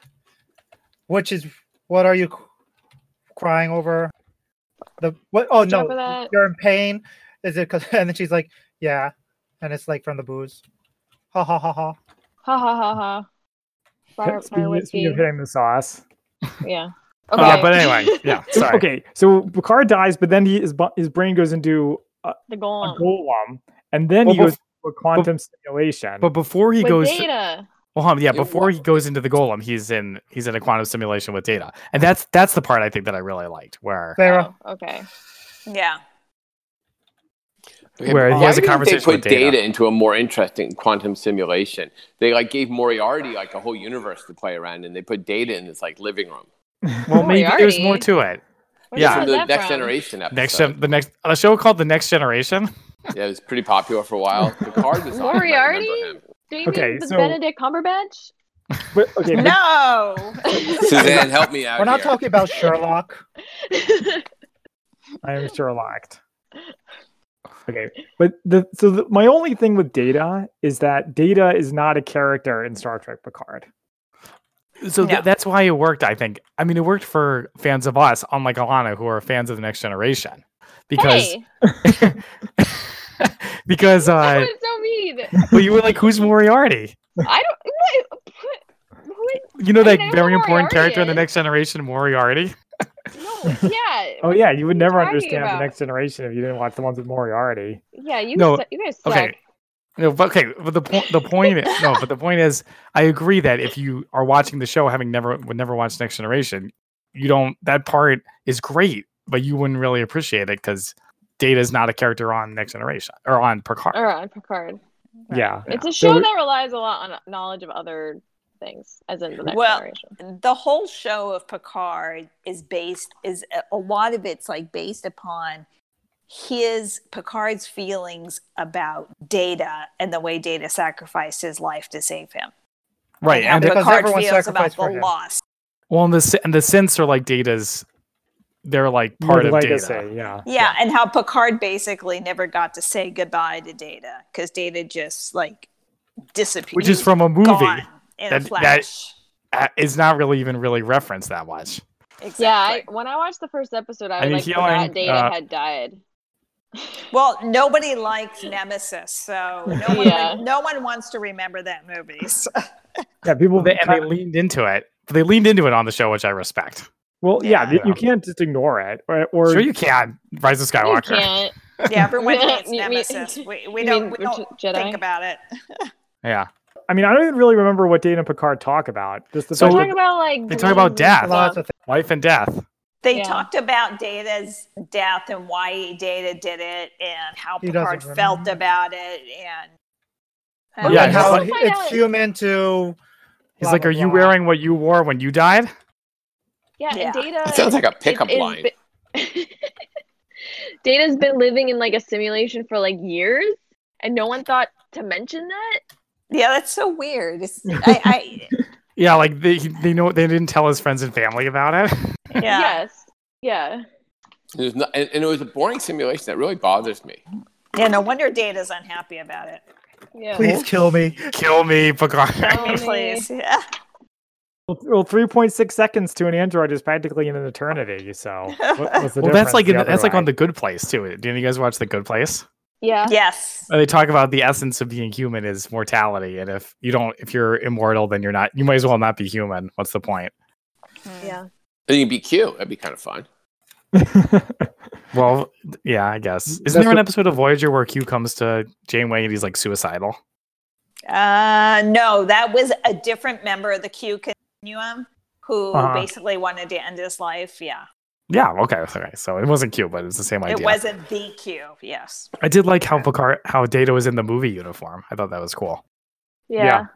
Speaker 5: which is what are you c- crying over the what oh
Speaker 4: Did you remember
Speaker 5: no
Speaker 4: that?
Speaker 5: you're in pain is it because and then she's like yeah and it's like from the booze ha ha ha ha
Speaker 4: Ha ha ha ha. Fire, fire
Speaker 1: Speaking,
Speaker 4: whiskey.
Speaker 1: speaking of hitting the sauce.
Speaker 4: Yeah.
Speaker 2: Uh, but anyway, yeah. Sorry.
Speaker 1: Okay, so Picard dies, but then he, his bu- his brain goes into
Speaker 4: The
Speaker 1: a
Speaker 4: golem.
Speaker 1: golem, and then
Speaker 2: Well,
Speaker 1: he goes
Speaker 2: bef-
Speaker 1: to a quantum simulation.
Speaker 2: But before he
Speaker 4: With
Speaker 2: goes, to,
Speaker 4: data.
Speaker 2: well, hold on, yeah,
Speaker 6: You're
Speaker 2: before he goes into the golem, he's in he's in a quantum simulation with data, and that's that's the part I think that I really liked, where
Speaker 5: Sarah,
Speaker 4: Oh, okay.
Speaker 3: Yeah.
Speaker 6: Okay,
Speaker 2: Where
Speaker 6: but
Speaker 2: he
Speaker 6: why
Speaker 2: has a
Speaker 6: didn't
Speaker 2: conversation
Speaker 6: They
Speaker 2: with
Speaker 6: put
Speaker 2: Data.
Speaker 6: data. into a more interesting quantum simulation. They like gave Moriarty like a whole universe to play around, and they put data in this like living room.
Speaker 2: well, maybe there's more
Speaker 4: Moriarty.
Speaker 2: to it.
Speaker 4: Where'd
Speaker 2: Yeah.
Speaker 4: you
Speaker 6: from
Speaker 4: get
Speaker 6: the
Speaker 4: that
Speaker 6: Next
Speaker 4: from?
Speaker 6: Generation episode.
Speaker 2: Next, gen- the next a show called The Next Generation.
Speaker 6: Yeah, it was pretty popular for a while. Picard was on. it, I remember
Speaker 4: Moriarty?
Speaker 6: him.
Speaker 4: Do you
Speaker 1: Okay,
Speaker 4: mean the
Speaker 1: so-
Speaker 4: Benedict Cumberbatch?
Speaker 1: But- okay, but
Speaker 3: No.
Speaker 6: Suzanne, help me
Speaker 4: Oh.
Speaker 6: out.
Speaker 5: we're not
Speaker 6: here.
Speaker 5: talking about Sherlock.
Speaker 1: I am sure locked. Okay, but the so the, my only thing with Data is that Data is not a character in Star Trek Picard.
Speaker 2: So
Speaker 3: Yeah.
Speaker 2: tha- that's why it worked, I think. I mean, it worked for fans of us, unlike Alana, who are fans of the Next Generation, because
Speaker 4: hey,
Speaker 2: because
Speaker 4: that
Speaker 2: uh,
Speaker 4: was so mean.
Speaker 2: well, you were like, "Who's Moriarty?"
Speaker 4: I don't. What? what- Who is?
Speaker 2: You know
Speaker 4: I
Speaker 2: that
Speaker 4: know who
Speaker 2: very important character in the
Speaker 4: Moriarty
Speaker 2: Next Generation, Moriarty.
Speaker 4: No. Yeah.
Speaker 1: Oh yeah, you would
Speaker 4: you
Speaker 1: never
Speaker 4: talking
Speaker 1: understand
Speaker 4: about?
Speaker 1: the Next Generation if you didn't watch the ones with Moriarty.
Speaker 4: Yeah. You.
Speaker 2: No,
Speaker 4: su- you guys suck.
Speaker 2: Okay. No, but okay, but the point the point is, no, but the point is I agree that if you are watching the show having never would never watch Next Generation, you don't that part is great, but you wouldn't really appreciate it because Data is not a character on Next Generation or on Picard.
Speaker 4: Or on Picard.
Speaker 1: Yeah,
Speaker 4: It's a
Speaker 1: So
Speaker 4: show
Speaker 1: we-
Speaker 4: that relies a lot on knowledge of other things, as in the next
Speaker 3: Well,
Speaker 4: generation.
Speaker 3: the whole show of Picard is based is a lot of it's like based upon his Picard's feelings about Data and the way Data sacrificed his life to save him.
Speaker 2: Right.
Speaker 3: how
Speaker 2: And
Speaker 5: Because
Speaker 3: Picard
Speaker 5: everyone
Speaker 3: feels about
Speaker 5: sacrificed
Speaker 3: the
Speaker 5: for him.
Speaker 3: loss.
Speaker 2: well and the Sy- and the synths are like Data's they're like part of
Speaker 1: legacy.
Speaker 2: Data.
Speaker 1: Yeah,
Speaker 3: Yeah, and how Picard basically never got to say goodbye to Data because Data just like disappeared,
Speaker 2: Which is from a movie
Speaker 3: gone in
Speaker 2: that-
Speaker 3: a
Speaker 2: that-
Speaker 3: flash.
Speaker 2: uh, It's not really even really referenced that much.
Speaker 3: exactly.
Speaker 4: Yeah, I, when I watched the first episode, I was
Speaker 2: mean,
Speaker 4: like,
Speaker 2: he
Speaker 4: that
Speaker 2: only,
Speaker 4: data
Speaker 2: uh,
Speaker 4: had died.
Speaker 3: Well, nobody likes Nemesis, so no one,
Speaker 4: Yeah.
Speaker 3: no one wants to remember that movie. so-
Speaker 1: yeah. People
Speaker 2: Well, they, and they leaned into it. They leaned into it on the show, which I respect.
Speaker 1: well, yeah,
Speaker 2: Yeah.
Speaker 1: you can't just ignore it. Or, or
Speaker 2: sure, you can. Rise of
Speaker 4: You
Speaker 2: Skywalker.
Speaker 4: can't.
Speaker 3: Yeah, everyone hates
Speaker 4: Me- me-
Speaker 3: Nemesis. We, we
Speaker 4: you
Speaker 3: don't,
Speaker 4: mean
Speaker 3: we don't
Speaker 4: Return- Jedi?
Speaker 3: think about it.
Speaker 2: Yeah.
Speaker 1: I mean, I don't even really remember what Data and Picard talk about. Just the
Speaker 2: So-
Speaker 4: They talk
Speaker 1: fact that-
Speaker 4: about like
Speaker 2: They talk about death.
Speaker 5: Lots of
Speaker 2: Life and death.
Speaker 3: They
Speaker 4: Yeah.
Speaker 3: talked about Data's death and why Data did it and how
Speaker 5: He doesn't
Speaker 3: Picard felt
Speaker 5: remember.
Speaker 3: about it. And
Speaker 4: Uh,
Speaker 2: Yeah,
Speaker 5: and
Speaker 2: he's
Speaker 5: how
Speaker 2: like-
Speaker 5: it-
Speaker 4: Find
Speaker 5: it's
Speaker 4: out-
Speaker 5: human to.
Speaker 2: He's
Speaker 5: blah,
Speaker 2: like,
Speaker 5: blah,
Speaker 2: Are you
Speaker 5: blah."
Speaker 2: wearing what you wore when you died?
Speaker 4: Yeah, and
Speaker 3: Yeah.
Speaker 4: data.
Speaker 6: It sounds like a
Speaker 4: it-
Speaker 6: pickup
Speaker 4: is
Speaker 6: line.
Speaker 4: bi- Data's been living in like a simulation for like years, and no one thought to mention that.
Speaker 3: yeah, that's so weird. It's, I,
Speaker 2: Yeah, like they he- they know they didn't tell his friends and family about it.
Speaker 3: I, yeah.
Speaker 4: Yes. Yeah.
Speaker 6: There's no- and, and it was a boring simulation that really bothers me.
Speaker 3: yeah, no wonder Data's unhappy about it.
Speaker 4: Yeah.
Speaker 5: Please kill me.
Speaker 2: Kill me, Picard.
Speaker 3: I mean,
Speaker 4: Tell me.
Speaker 3: please. Yeah.
Speaker 1: well, well, three point six seconds to an android is practically an eternity. So, what, what's the
Speaker 2: Well, that's
Speaker 1: difference
Speaker 2: like in
Speaker 1: the
Speaker 2: the,
Speaker 1: other
Speaker 2: that's like
Speaker 1: way?
Speaker 2: on the Good Place too. Didn't you guys watch the Good Place?
Speaker 4: Yeah.
Speaker 3: Yes.
Speaker 2: Where they talk about the essence of being human is mortality, and if you don't, if you're immortal, then you're not. You might as well not be human. What's the point?
Speaker 4: Yeah.
Speaker 6: And you'd be cute. That'd be kind of fun.
Speaker 2: Well, yeah, I guess. Isn't
Speaker 1: That's
Speaker 2: there an
Speaker 1: the-
Speaker 2: episode of Voyager where Q comes to Janeway and he's like suicidal?
Speaker 3: Uh, no, that was a different member of the Q continuum who
Speaker 1: Uh-huh.
Speaker 3: basically wanted to end his life. Yeah.
Speaker 2: Yeah. Okay. Okay. So it wasn't Q, but it's the same idea.
Speaker 3: It wasn't the Q. Yes.
Speaker 2: I did like how Picard, how Data was in the movie uniform. I thought that was cool.
Speaker 4: Yeah.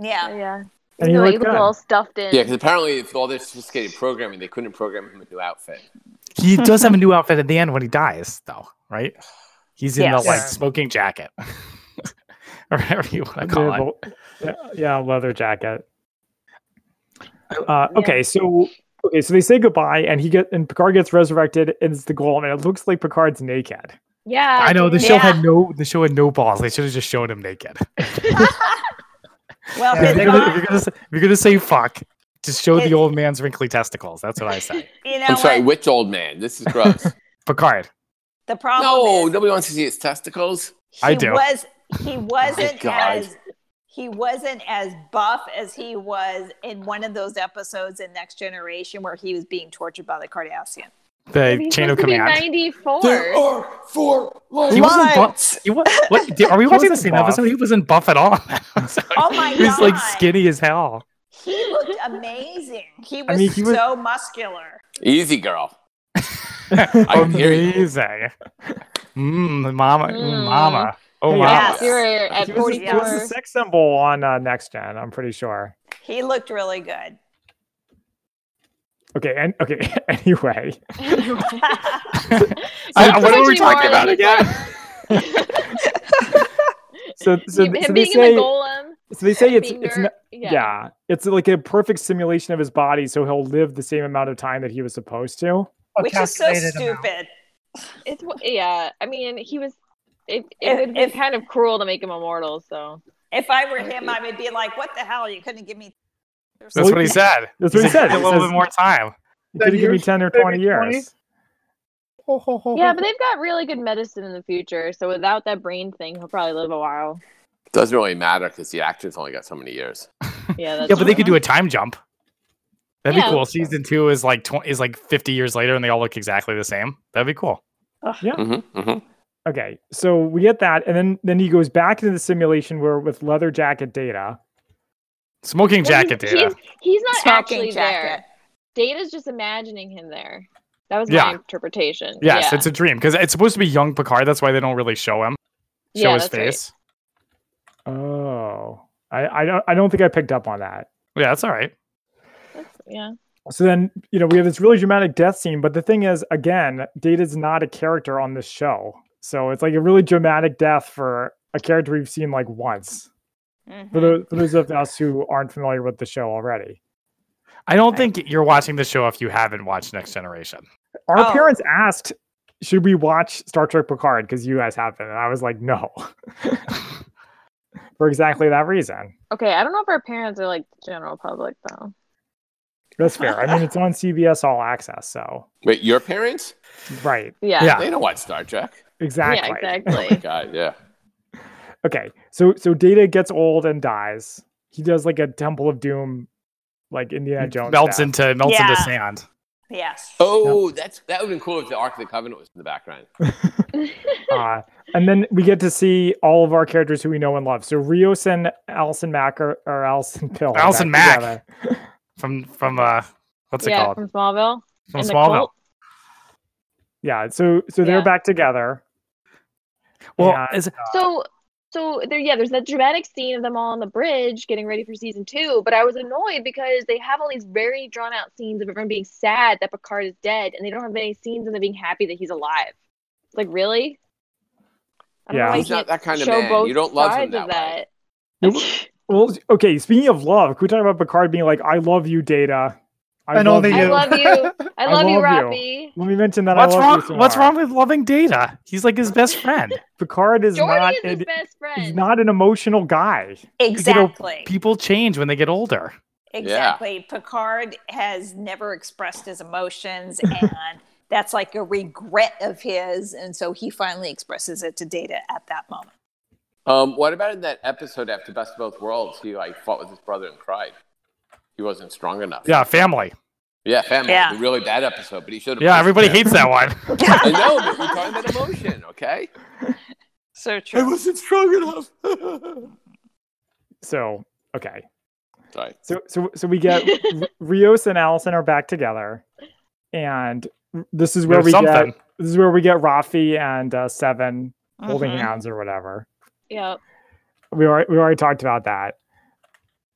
Speaker 3: Yeah.
Speaker 4: Yeah.
Speaker 1: And
Speaker 4: You
Speaker 1: he
Speaker 4: know,
Speaker 1: looked
Speaker 4: he was
Speaker 1: good.
Speaker 4: all stuffed in.
Speaker 6: Yeah, because apparently, with all their sophisticated programming, they couldn't program him a new outfit.
Speaker 2: He does have a new outfit at the end when he dies, though, right? He's in
Speaker 3: Yes.
Speaker 2: the like
Speaker 1: Yeah.
Speaker 2: smoking jacket, or whatever you want to
Speaker 1: Yeah,
Speaker 2: call it.
Speaker 1: the- yeah, yeah, leather jacket. Uh,
Speaker 4: Yeah.
Speaker 1: Okay, so okay, so they say goodbye, and he get and Picard gets resurrected, and it's the golem, and it looks like Picard's naked.
Speaker 4: Yeah.
Speaker 2: I know the
Speaker 4: dude.
Speaker 2: show
Speaker 3: Yeah.
Speaker 2: had no the show had no balls. They should have just showed him naked. If
Speaker 3: well, his
Speaker 5: Yeah,
Speaker 2: you're,
Speaker 5: they're
Speaker 2: gonna,
Speaker 3: mom-
Speaker 2: if you're gonna say, if you're gonna say fuck, just show
Speaker 3: It-
Speaker 2: the old man's wrinkly testicles. That's what I say.
Speaker 3: you know
Speaker 6: I'm sorry,
Speaker 3: what?
Speaker 6: which old man? This is gross.
Speaker 2: Picard.
Speaker 3: The problem
Speaker 6: no,
Speaker 3: is
Speaker 6: nobody wants to see his testicles.
Speaker 3: he
Speaker 2: I do.
Speaker 3: was he wasn't
Speaker 6: Oh God.
Speaker 3: as he wasn't as buff as he was in one of those episodes in Next Generation where he was being tortured by the Cardassian.
Speaker 4: But
Speaker 2: The
Speaker 4: he's
Speaker 2: chain of
Speaker 4: supposed to be
Speaker 2: command.
Speaker 4: 94.
Speaker 2: oh,
Speaker 6: are four
Speaker 2: He wasn't buff. He wa- what, did- are we
Speaker 1: He
Speaker 2: watching the
Speaker 1: wasn't
Speaker 2: same
Speaker 1: buff.
Speaker 2: episode? He wasn't buff at all. I'm sorry.
Speaker 3: Oh my
Speaker 2: he was like
Speaker 3: God.
Speaker 2: skinny as hell.
Speaker 3: He looked amazing. He was
Speaker 1: mean, he was-
Speaker 3: so muscular.
Speaker 6: Easy, girl. I hear you.
Speaker 2: Amazing. Mm, mama,
Speaker 4: Mm.
Speaker 2: mama. Oh
Speaker 1: Hey,
Speaker 2: wow.
Speaker 3: Yes.
Speaker 4: You were at
Speaker 1: He was, a, he was a
Speaker 4: 44.
Speaker 1: sex symbol on uh, Next Gen. I'm pretty sure.
Speaker 3: He looked really good.
Speaker 1: Okay, and okay. Anyway,
Speaker 2: I-
Speaker 4: That's
Speaker 2: what are
Speaker 4: much
Speaker 2: we
Speaker 4: more
Speaker 2: talking about
Speaker 4: than
Speaker 2: again?
Speaker 1: so so,
Speaker 4: him
Speaker 1: so they
Speaker 4: being in
Speaker 1: say
Speaker 4: the golem.
Speaker 1: so they say it's
Speaker 4: being
Speaker 1: it's
Speaker 4: ner-
Speaker 1: not, yeah. it's like a perfect simulation of his body, so he'll live the same amount of time that he was supposed to.
Speaker 5: A
Speaker 3: Which is so
Speaker 5: calculated amount.
Speaker 3: stupid.
Speaker 4: It's wh- yeah. I mean, and he was. It, it
Speaker 3: If-
Speaker 4: would have
Speaker 3: if-
Speaker 4: been kind of cruel to make him immortal. So
Speaker 3: If I were him, I would be like, what the hell? You couldn't give me. or
Speaker 2: That's
Speaker 3: something.
Speaker 2: what he said.
Speaker 1: That's what he
Speaker 2: He's like, "Give
Speaker 1: said.
Speaker 2: me A
Speaker 1: He
Speaker 2: little
Speaker 1: says-
Speaker 2: bit more time.
Speaker 1: It could give me
Speaker 5: years?
Speaker 1: ten or
Speaker 5: Maybe
Speaker 1: twenty
Speaker 5: 20?
Speaker 1: years.
Speaker 5: Ho, ho, ho,
Speaker 4: yeah,
Speaker 5: ho.
Speaker 4: but they've got really good medicine in the future. So without that brain thing, he'll probably live a while.
Speaker 6: Doesn't really matter because the actor's only got so many years.
Speaker 4: Yeah, that's
Speaker 2: Yeah, but they could
Speaker 4: true.
Speaker 2: do a time jump. That'd
Speaker 4: Yeah.
Speaker 2: be cool. Season two is like tw- is like fifty years later, and they all look exactly the same. That'd be cool.
Speaker 6: Mm-hmm, mm-hmm.
Speaker 1: Okay, so we get that, and then then he goes back into the simulation where with leather jacket data.
Speaker 2: Smoking
Speaker 4: Well,
Speaker 2: jacket
Speaker 4: he's,
Speaker 2: data.
Speaker 4: He's, he's not
Speaker 3: Smoking
Speaker 4: actually
Speaker 3: jacket.
Speaker 4: there. Data's just imagining him there. That was
Speaker 2: Yeah.
Speaker 4: my interpretation.
Speaker 2: Yes,
Speaker 4: yeah.
Speaker 2: it's a dream because it's supposed to be young Picard. That's why they don't really show him. Show
Speaker 4: Yeah,
Speaker 2: his
Speaker 4: that's right.
Speaker 2: face.
Speaker 1: Oh, I, I don't I don't think I picked up on that.
Speaker 2: Yeah, that's all right.
Speaker 4: That's- yeah.
Speaker 1: So then you know we have this really dramatic death scene, but the thing is, again, Data's not a character on this show, so it's like a really dramatic death for a character we've seen like once. For,
Speaker 3: Mhm.
Speaker 1: the, for those of us who aren't familiar with the show already,
Speaker 2: I don't think you're watching the show if you haven't watched Next Generation.
Speaker 1: our
Speaker 3: Oh.
Speaker 1: parents asked, "Should we watch Star Trek Picard?" Because you guys haven't, and I was like, "No," for exactly that reason.
Speaker 4: Okay, I don't know if our parents are like the general public though.
Speaker 1: That's fair. I mean, it's on CBS All Access, so
Speaker 6: Wait, your parents?
Speaker 1: right,
Speaker 4: Yeah.
Speaker 2: Yeah.
Speaker 6: They don't watch Star Trek.
Speaker 1: exactly.
Speaker 4: Yeah,
Speaker 6: My
Speaker 4: exactly.
Speaker 6: God, yeah.
Speaker 1: Okay, so so Data gets old and dies. He does like a Temple of Doom, like Indiana Jones
Speaker 2: Mm, melts
Speaker 1: death.
Speaker 2: into melts
Speaker 3: Yeah.
Speaker 2: into sand.
Speaker 3: Yes.
Speaker 6: Oh, that's that would have been cool if the Ark of the Covenant was in the background.
Speaker 2: Oh,
Speaker 1: Uh, and then we get to see all of our characters who we know and love. So Rios and Allison Mack are, or Allison Pill. are
Speaker 2: Allison
Speaker 1: back
Speaker 2: Mack.
Speaker 1: together.
Speaker 2: From from uh what's
Speaker 4: yeah,
Speaker 2: it called?
Speaker 4: from Smallville.
Speaker 2: From
Speaker 4: and the
Speaker 2: Smallville.
Speaker 4: cult.
Speaker 1: Yeah. So so they're
Speaker 4: Yeah.
Speaker 1: back together.
Speaker 2: Well,
Speaker 1: Yeah.
Speaker 2: is-
Speaker 4: So so there yeah, there's that dramatic scene of them all on the bridge getting ready for season two, but I was annoyed because they have all these very drawn out scenes of everyone being sad that Picard is dead and they don't have any scenes of them being happy that he's alive. It's like really? I don't
Speaker 1: Yeah.
Speaker 4: know why you
Speaker 6: He's not
Speaker 4: can't
Speaker 6: that kind of
Speaker 4: show
Speaker 6: man.
Speaker 4: both
Speaker 6: You don't love
Speaker 4: sides
Speaker 6: him that
Speaker 4: of
Speaker 6: way.
Speaker 4: that.
Speaker 1: Well, okay. Speaking of love, can we talk about Picard being like, "I love you, Data. I,
Speaker 5: And only
Speaker 4: I
Speaker 5: you.
Speaker 4: love you. I love you,
Speaker 1: love
Speaker 4: Robbie.
Speaker 1: Let me mention that.
Speaker 2: what's
Speaker 1: I love
Speaker 2: wrong
Speaker 1: You so
Speaker 2: what's
Speaker 1: much.
Speaker 2: wrong with loving data? He's like his best friend.
Speaker 1: Picard is
Speaker 4: Jordy
Speaker 1: not
Speaker 4: is his
Speaker 1: an,
Speaker 4: best friend.
Speaker 1: he's not an emotional guy.
Speaker 3: Exactly.
Speaker 2: People change when they get older.
Speaker 3: Exactly. Picard has never expressed his emotions, and that's like a regret of his. And so he finally expresses it to Data at that moment.
Speaker 6: Um, what about in that episode after Best of Both Worlds? He like fought with his brother and cried. He wasn't strong enough.
Speaker 2: Yeah, family.
Speaker 6: yeah, family.
Speaker 3: Yeah.
Speaker 6: The really bad episode, but he should have.
Speaker 2: Yeah, everybody hates that one.
Speaker 6: I know, but we're talking about emotion, okay?
Speaker 3: So true.
Speaker 6: wasn't strong enough.
Speaker 1: So okay.
Speaker 6: Sorry.
Speaker 1: So so so we get R- Rios and Allison are back together, and r- this is where
Speaker 2: There's
Speaker 1: we
Speaker 2: something.
Speaker 1: get this is where we get Rafi and uh, 7 holding
Speaker 3: Mhm.
Speaker 1: hands or whatever.
Speaker 4: yeah.
Speaker 1: We already we already talked about that.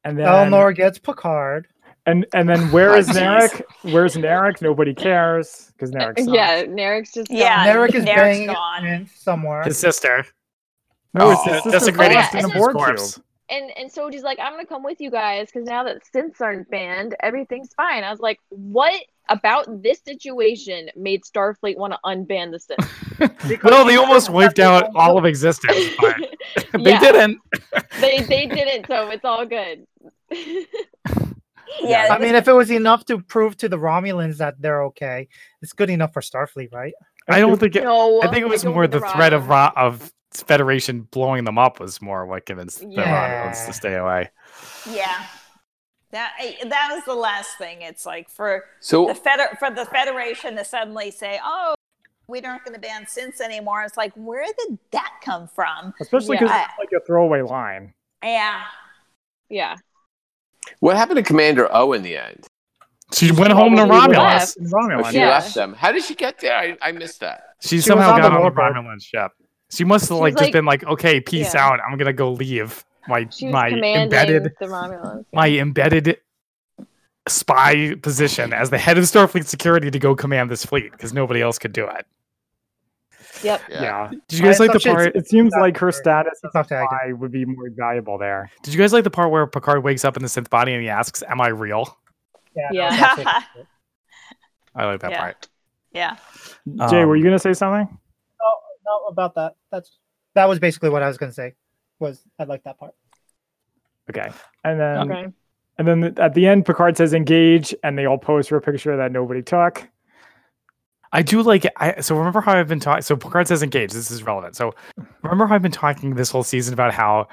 Speaker 1: And then
Speaker 5: Eleanor gets Picard.
Speaker 1: and and then where is
Speaker 6: Jeez.
Speaker 1: Narek? Where's Narek? Nobody cares because Narek. Sucks.
Speaker 4: Yeah, Narek's just
Speaker 3: Yeah.
Speaker 4: gone.
Speaker 5: Narek is
Speaker 3: Narek's
Speaker 5: banging
Speaker 3: gone.
Speaker 5: in somewhere.
Speaker 2: His sister.
Speaker 1: No, it's
Speaker 6: Oh,
Speaker 1: his
Speaker 2: that's
Speaker 1: sister
Speaker 2: a great
Speaker 1: Celeste in
Speaker 4: instance
Speaker 1: a
Speaker 4: of
Speaker 1: board
Speaker 2: corpse.
Speaker 1: cube.
Speaker 4: And and so he's like, I'm gonna come with you guys because now that synths aren't banned, everything's fine. I was like, what about this situation made Starfleet want to unban the synths?
Speaker 2: Well, they almost wiped out all of existence, but they
Speaker 4: Yeah.
Speaker 2: didn't.
Speaker 4: they they didn't, so it's all good.
Speaker 3: Yeah.
Speaker 5: I mean, if it was enough to prove to the Romulans that they're okay, it's good enough for Starfleet, right?
Speaker 2: I don't think it,
Speaker 4: no,
Speaker 2: I think it was
Speaker 4: go
Speaker 2: more
Speaker 4: with
Speaker 2: the threat of Ra- of Federation blowing them up was more what convinced the
Speaker 4: Yeah.
Speaker 2: Romulans to stay away.
Speaker 3: yeah. That that was the last thing. It's like for
Speaker 6: So
Speaker 3: the feder for the federation to suddenly say, "Oh, we aren't going to ban synths anymore." It's like, where did that come from?
Speaker 1: especially because
Speaker 3: Yeah.
Speaker 1: it's like a throwaway line.
Speaker 3: Yeah,
Speaker 4: Yeah.
Speaker 6: what happened to Commander O in the end?
Speaker 2: She went home to
Speaker 4: Probably left.
Speaker 2: Romulus.
Speaker 1: In
Speaker 6: Oh,
Speaker 1: Romulan,
Speaker 6: she
Speaker 4: Yeah.
Speaker 6: left them. How did she get there? I, I missed that.
Speaker 2: She,
Speaker 1: was
Speaker 2: somehow
Speaker 1: on
Speaker 2: got
Speaker 1: the
Speaker 2: on the
Speaker 1: Warbird.
Speaker 2: Romulan ship. She must have
Speaker 4: was
Speaker 2: like, just
Speaker 4: like-
Speaker 2: been like, okay, peace
Speaker 4: Yeah.
Speaker 2: out. I'm gonna go leave my
Speaker 4: She was
Speaker 2: my
Speaker 4: commanding
Speaker 2: embedded
Speaker 4: the Romulans.
Speaker 2: my embedded spy position as the head of Starfleet security to go command this fleet because nobody else could do it.
Speaker 4: Yep.
Speaker 6: Yeah.
Speaker 1: yeah.
Speaker 2: Did you guys
Speaker 5: I
Speaker 2: like the
Speaker 5: thought she-
Speaker 2: part?
Speaker 1: It seems like her status as
Speaker 5: It's not
Speaker 1: a
Speaker 5: tagged.
Speaker 1: spy would be more valuable there.
Speaker 2: Did you guys like the part where Picard wakes up in the synth body and he asks, "Am I real?"
Speaker 5: Yeah.
Speaker 4: Yeah.
Speaker 5: no, that's it.
Speaker 2: I like that
Speaker 3: Yeah.
Speaker 2: part.
Speaker 3: yeah.
Speaker 1: Jay, were
Speaker 2: Um,
Speaker 1: you gonna say something?
Speaker 5: No, about that. That's that was basically what I was gonna say. Was I like that part?
Speaker 1: Okay. And then
Speaker 2: Um,
Speaker 4: Okay.
Speaker 1: and then at the end Picard says engage and they all pose for a picture that nobody took.
Speaker 2: I do like I so remember how I've been talking so Picard says engage. This is relevant. So remember how I've been talking this whole season about how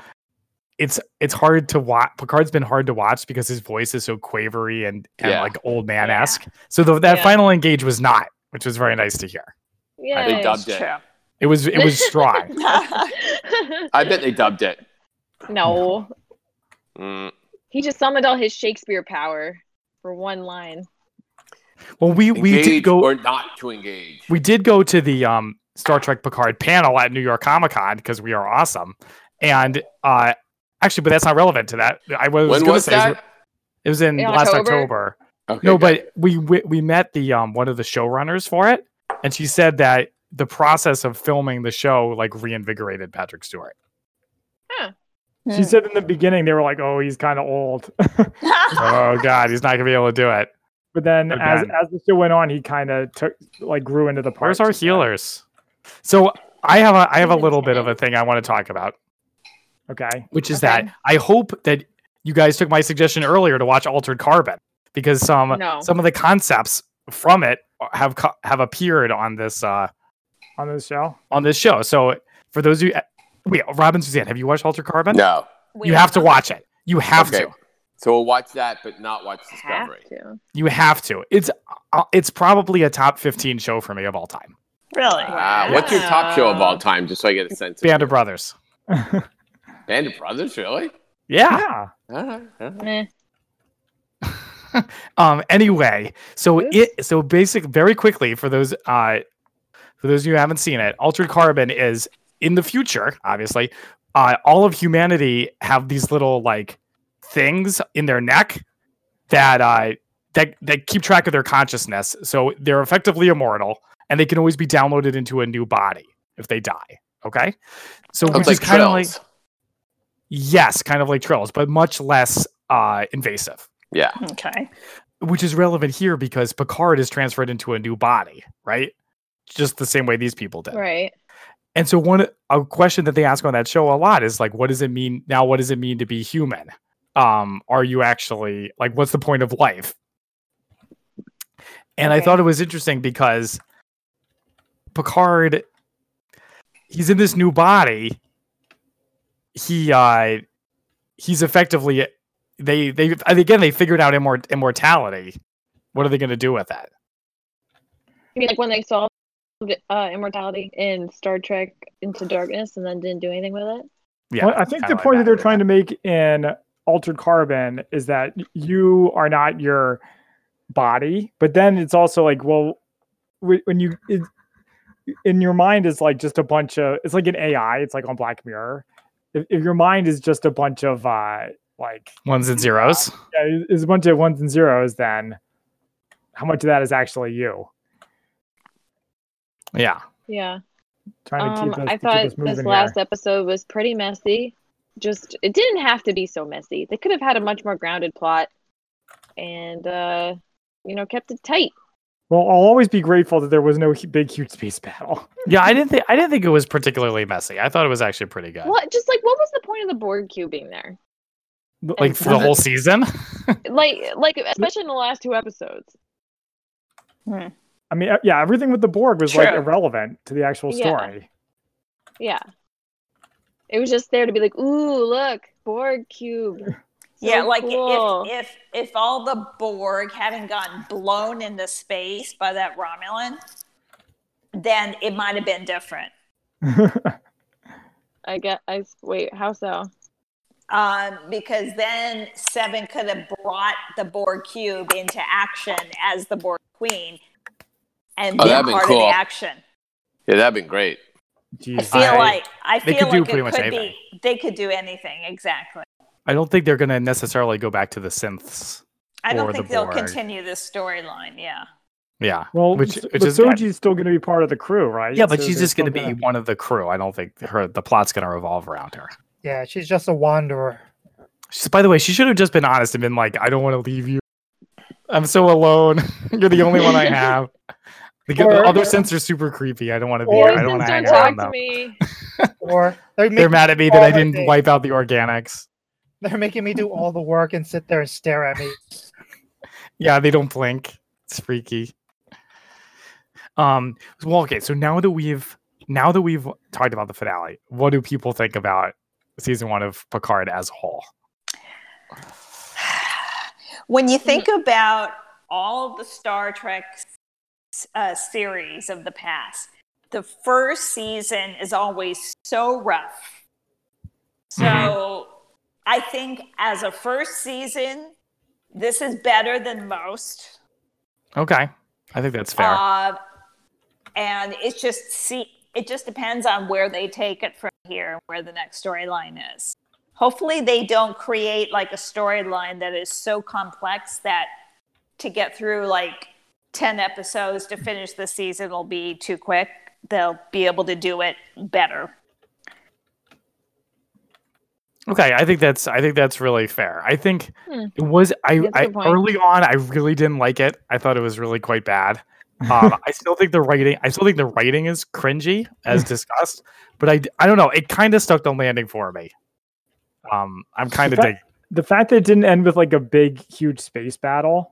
Speaker 2: it's it's hard to watch Picard's been hard to watch because his voice is so quavery and, and
Speaker 6: Yeah.
Speaker 2: like old man esque. So the, that
Speaker 3: Yeah.
Speaker 2: final engage was not, which was very nice to hear.
Speaker 4: Yeah.
Speaker 6: They dubbed
Speaker 3: It's
Speaker 6: it.
Speaker 3: true.
Speaker 2: It was it was strong.
Speaker 6: I bet they dubbed it.
Speaker 4: no.
Speaker 6: Mm.
Speaker 4: He just summoned all his Shakespeare power for one line.
Speaker 2: Well we we did
Speaker 6: Engage
Speaker 2: go
Speaker 6: or not to engage.
Speaker 2: we did go to the um, Star Trek Picard panel at New York Comic Con because we are awesome. And uh, actually, but that's not relevant to that. I was
Speaker 6: when
Speaker 2: going to
Speaker 6: was
Speaker 2: say is
Speaker 6: that?
Speaker 2: it was in
Speaker 4: In
Speaker 2: last
Speaker 4: October?
Speaker 2: October.
Speaker 6: Okay,
Speaker 2: No,
Speaker 6: good.
Speaker 2: but we, we we met the um one of the showrunners for it, and she said that the process of filming the show like reinvigorated Patrick Stewart.
Speaker 5: Mm.
Speaker 1: She said in the beginning they were like, "Oh, he's kind of old,"
Speaker 2: oh God, he's not gonna be able to do it.
Speaker 1: but then
Speaker 2: Okay.
Speaker 1: as as the show went on, he kind of took like grew into the part.
Speaker 2: Where's our healers? So I have a I have a little bit of a thing I want to talk about,
Speaker 1: Okay.
Speaker 2: which is
Speaker 3: Okay.
Speaker 2: that I hope that you guys took my suggestion earlier to watch Altered Carbon because some
Speaker 4: No.
Speaker 2: some of the concepts from it have co- have appeared on this uh
Speaker 1: On this show,
Speaker 2: on this show. So for those of you, uh, wait, Robin Suzanne, have you watched Altered Carbon?
Speaker 6: no.
Speaker 3: We
Speaker 2: you
Speaker 3: don't
Speaker 2: have to
Speaker 3: know.
Speaker 2: watch it. You have
Speaker 6: Okay.
Speaker 2: to.
Speaker 6: So we'll watch that, but not watch
Speaker 4: Have
Speaker 6: Discovery.
Speaker 4: to.
Speaker 2: You have to. It's uh, it's probably a top fifteen show for me of all time.
Speaker 3: Really?
Speaker 6: Wow. Ah, What's your top show of all time? Just so I get a sense.
Speaker 2: Band of
Speaker 6: of
Speaker 2: Brothers.
Speaker 6: Band of Brothers, really?
Speaker 2: Yeah.
Speaker 1: yeah.
Speaker 6: Alright, alright.
Speaker 4: Meh.
Speaker 2: Um. Anyway, so
Speaker 4: Oops.
Speaker 6: Mm-hmm.
Speaker 2: it so basic very quickly for those uh for those of you who haven't seen it, Altered Carbon is in the future. Obviously, uh, all of humanity have these little like things in their neck that uh that that keep track of their consciousness. So they're effectively immortal, and they can always be downloaded into a new body if they die. Okay, so
Speaker 6: Sounds
Speaker 2: which
Speaker 6: like
Speaker 2: is kind of like
Speaker 6: Trills.
Speaker 2: yes, kind of like trills, but much less uh invasive
Speaker 6: Yeah.
Speaker 3: Okay.
Speaker 2: which is relevant here because Picard is transferred into a new body, right? Just the same way these people did.
Speaker 4: Right.
Speaker 2: And so one a question that they ask on that show a lot is like, what does it mean now? What does it mean to be human? Um, are you actually like what's the point of life? And I
Speaker 4: Okay.
Speaker 2: thought it was interesting because Picard he's in this new body. He uh he's effectively they they and again they figured out immor- immortality. What are they gonna do with that?
Speaker 4: I mean, like when they solved uh, immortality in Star Trek Into Darkness and then didn't do anything with it.
Speaker 2: Yeah.
Speaker 1: Well, I think
Speaker 2: kinda
Speaker 1: the
Speaker 2: like
Speaker 1: point that they're
Speaker 2: yeah.
Speaker 1: trying to make in Altered Carbon is that you are not your body, but then it's also like, well, wh- when you it, in your mind is like just a bunch of it's like an AI. It's like on Black Mirror. If, if your mind is just a bunch of uh, like
Speaker 2: ones and zeros.
Speaker 1: yeah, is a bunch of ones and zeros, then how much of that is actually you?
Speaker 2: Yeah.
Speaker 4: Yeah.
Speaker 1: Trying to
Speaker 4: Um,
Speaker 1: keep us,
Speaker 4: I
Speaker 1: keep
Speaker 4: thought
Speaker 1: us moving
Speaker 4: this
Speaker 1: here.
Speaker 4: last episode was pretty messy. Just it didn't have to be so messy. They could have had a much more grounded plot, and uh, you know, kept it tight.
Speaker 1: Well, I'll always be grateful that there was no hu- big, huge space battle.
Speaker 2: Yeah, I didn't think I didn't think it was particularly messy. I thought it was actually pretty good.
Speaker 4: What? Just like what was the point of the Borg cube being there?
Speaker 2: Like for the whole season?
Speaker 4: Like, like especially in the last two episodes.
Speaker 1: I mean, uh, yeah, everything with the Borg was like
Speaker 3: True.
Speaker 1: irrelevant to the actual
Speaker 4: Yeah.
Speaker 1: story.
Speaker 4: Yeah. It was just there to be like, ooh, look, Borg cube.
Speaker 3: yeah, like
Speaker 4: cool.
Speaker 3: if if if all the Borg hadn't gotten blown into space by that Romulan, then it might have been different.
Speaker 4: I get. I s- wait. How so?
Speaker 3: Um, because then Seven could have brought the Borg cube into action as the Borg Queen and
Speaker 6: Oh,
Speaker 3: been
Speaker 6: that'd been
Speaker 3: part of
Speaker 6: cool.
Speaker 3: the action.
Speaker 6: Yeah, that'd been great.
Speaker 3: I
Speaker 1: Jeez.
Speaker 3: feel
Speaker 2: I-
Speaker 3: like I
Speaker 2: they
Speaker 3: feel
Speaker 2: could do
Speaker 3: like
Speaker 2: pretty
Speaker 3: it
Speaker 2: much
Speaker 3: could
Speaker 2: anything.
Speaker 3: be they could do anything exactly.
Speaker 2: I don't think they're going to necessarily go back to the synths.
Speaker 3: I
Speaker 2: Or
Speaker 3: don't
Speaker 2: the
Speaker 3: think they'll
Speaker 2: Borg.
Speaker 3: continue this storyline. Yeah.
Speaker 2: Yeah.
Speaker 1: Well,
Speaker 2: which,
Speaker 1: s-
Speaker 2: which
Speaker 1: but
Speaker 2: is good.
Speaker 1: Soji's still going to be part of the crew, right?
Speaker 2: Yeah, but
Speaker 1: So
Speaker 2: she's
Speaker 1: they're
Speaker 2: just going to
Speaker 1: still
Speaker 2: be one of the crew. I don't think her the plot's going to revolve around her.
Speaker 5: Yeah, she's just a wanderer.
Speaker 2: She's, by the way, she should have just been honest and been like, "I don't want to leave you. I'm so alone. You're the only one I have. The, g- the
Speaker 5: Or-
Speaker 2: other synths are super creepy. I don't want to be
Speaker 5: Or-
Speaker 2: here. I don't want to hang
Speaker 4: don't
Speaker 2: around
Speaker 4: talk to
Speaker 2: them.
Speaker 4: me.
Speaker 5: Or
Speaker 2: They're
Speaker 5: they're, making,
Speaker 2: mad at me that I
Speaker 5: all my
Speaker 2: didn't
Speaker 5: days.
Speaker 2: wipe out the organics.
Speaker 5: they're making me do all the work and sit there and stare at me.
Speaker 2: Yeah, they don't blink. It's freaky. Um. Well, okay. So now that we've now that we've talked about the finale, what do people think about season one of Picard as a whole?
Speaker 3: When you think about all the Star Trek uh, series of the past, the first season is always so rough. So
Speaker 2: Mm-hmm.
Speaker 3: I think as a first season, this is better than most.
Speaker 2: Okay, I think that's fair.
Speaker 3: Uh, and it's just see, it just depends on where they take it from here and where the next storyline is. Hopefully, they don't create like a storyline that is so complex that to get through like ten episodes to finish the season will be too quick. They'll be able to do it better.
Speaker 2: Okay, I think that's I think that's really fair. I think
Speaker 4: Hmm.
Speaker 2: it was I,
Speaker 4: That's a
Speaker 2: I
Speaker 4: good point.
Speaker 2: early on I really didn't like it. I thought it was really quite bad. Um, I still think the writing I still think the writing is cringy as discussed, but I d- I don't know. It kind of stuck the landing for me. Um, I'm kind of
Speaker 1: fact-
Speaker 2: digging.
Speaker 1: The fact that it didn't end with like a big, huge space battle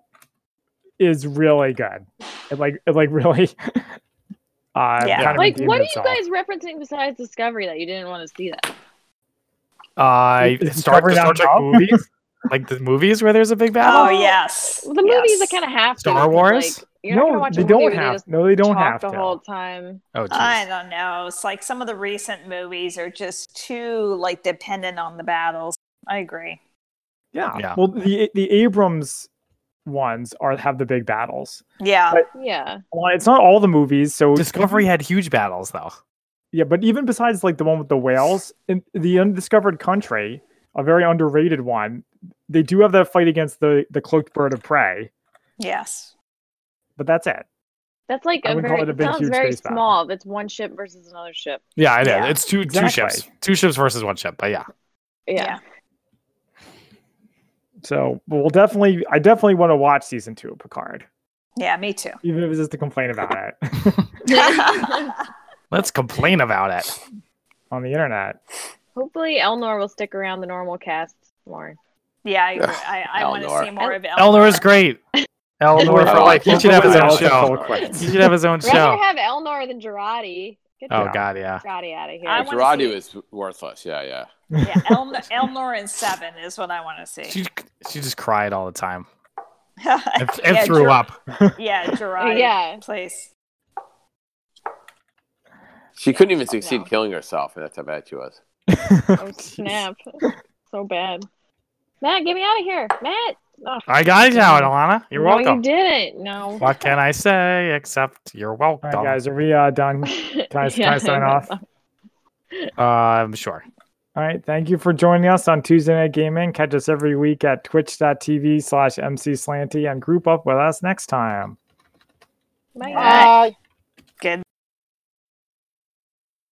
Speaker 1: is really good. It like it like really. Uh,
Speaker 3: Yeah.
Speaker 1: kind of
Speaker 4: Like,
Speaker 1: redeemed
Speaker 4: what are you
Speaker 1: itself.
Speaker 4: guys referencing besides Discovery that you didn't want to see that?
Speaker 2: I
Speaker 1: Is- is
Speaker 2: Uh, Star,
Speaker 1: Discovery
Speaker 2: the Star
Speaker 1: not
Speaker 2: Trek
Speaker 1: involved?
Speaker 2: movies, like the movies where there's a big battle.
Speaker 3: Oh, yes,
Speaker 4: Well, the movies
Speaker 3: yes.
Speaker 4: that kind of have to.
Speaker 2: Star
Speaker 4: because,
Speaker 2: Wars?
Speaker 4: Like, you're not gonna
Speaker 1: no,
Speaker 4: watch a
Speaker 1: they
Speaker 4: movie where
Speaker 1: don't
Speaker 4: they
Speaker 1: have.
Speaker 4: just
Speaker 1: No, they don't
Speaker 4: talk
Speaker 1: have
Speaker 4: the
Speaker 1: to.
Speaker 4: whole time.
Speaker 2: Oh, geez.
Speaker 3: I don't know. It's like some of the recent movies are just too like dependent on the battles. I agree.
Speaker 1: Yeah.
Speaker 2: Yeah.
Speaker 1: Well, the the Abrams ones are have the big battles.
Speaker 3: Yeah.
Speaker 1: But-
Speaker 4: Yeah.
Speaker 1: Well, it's not all the movies, so
Speaker 2: Discovery had huge battles though.
Speaker 1: Yeah, but even besides like the one with the whales, in the undiscovered country, a very underrated one, they do have that fight against the the cloaked bird of prey,
Speaker 3: Yes.
Speaker 1: but that's it.
Speaker 4: That's like
Speaker 1: I
Speaker 4: a
Speaker 1: wouldn't call
Speaker 4: very,
Speaker 1: it a
Speaker 4: it
Speaker 1: big,
Speaker 4: sounds
Speaker 1: huge
Speaker 4: very
Speaker 1: space battle.
Speaker 4: small. That's one ship versus another ship.
Speaker 2: Yeah, I know.
Speaker 3: Yeah,
Speaker 2: It's two two ships,
Speaker 1: exactly.
Speaker 2: two ships versus one ship. But yeah,
Speaker 4: Yeah.
Speaker 1: So but we'll definitely, I definitely want to watch season two of Picard,
Speaker 3: Yeah, me too.
Speaker 1: even if it's just to complain about it
Speaker 2: let's complain about it.
Speaker 1: on the internet.
Speaker 4: Hopefully, Elnor will stick around the normal cast more.
Speaker 3: yeah, I, agree. I, I want to
Speaker 6: Eleanor.
Speaker 3: see more of
Speaker 2: Eleanor is great. Eleanor for
Speaker 6: Eleanor.
Speaker 2: life. He should have his own
Speaker 1: Eleanor
Speaker 2: show.
Speaker 1: Fuller quits.
Speaker 2: He should have his own
Speaker 4: Rather
Speaker 2: show.
Speaker 4: have Elnor than Gerardi. Get
Speaker 2: Oh God, yeah.
Speaker 4: Gerardi out of here.
Speaker 3: I
Speaker 6: Yeah,
Speaker 3: wanna
Speaker 6: Gerardi
Speaker 3: see-
Speaker 6: was worthless. Yeah, yeah.
Speaker 3: Yeah, El- Elnor and Seven is what I want to see.
Speaker 2: She she just cried all the time and, and
Speaker 3: Yeah,
Speaker 2: threw
Speaker 3: Ger-
Speaker 2: up.
Speaker 3: Yeah, Gerard.
Speaker 4: Yeah.
Speaker 3: Please.
Speaker 6: She couldn't even succeed
Speaker 4: No.
Speaker 6: killing herself. and That's how bad she was.
Speaker 4: Oh snap! so bad. Matt, get me out of here, Matt. Oh,
Speaker 2: I got it now, Alana. You're
Speaker 4: no,
Speaker 2: welcome.
Speaker 4: you didn't. No.
Speaker 2: What can I say except you're
Speaker 1: All
Speaker 2: welcome?
Speaker 1: right, guys, are we uh, done?
Speaker 4: Can
Speaker 1: I- can I sign off?
Speaker 2: Um, sure.
Speaker 1: All right. Thank you for joining us on Tuesday Night Gaming. Catch us every week at twitch.tv slash mcslanty and group up with us next time.
Speaker 4: My God.
Speaker 5: Bye.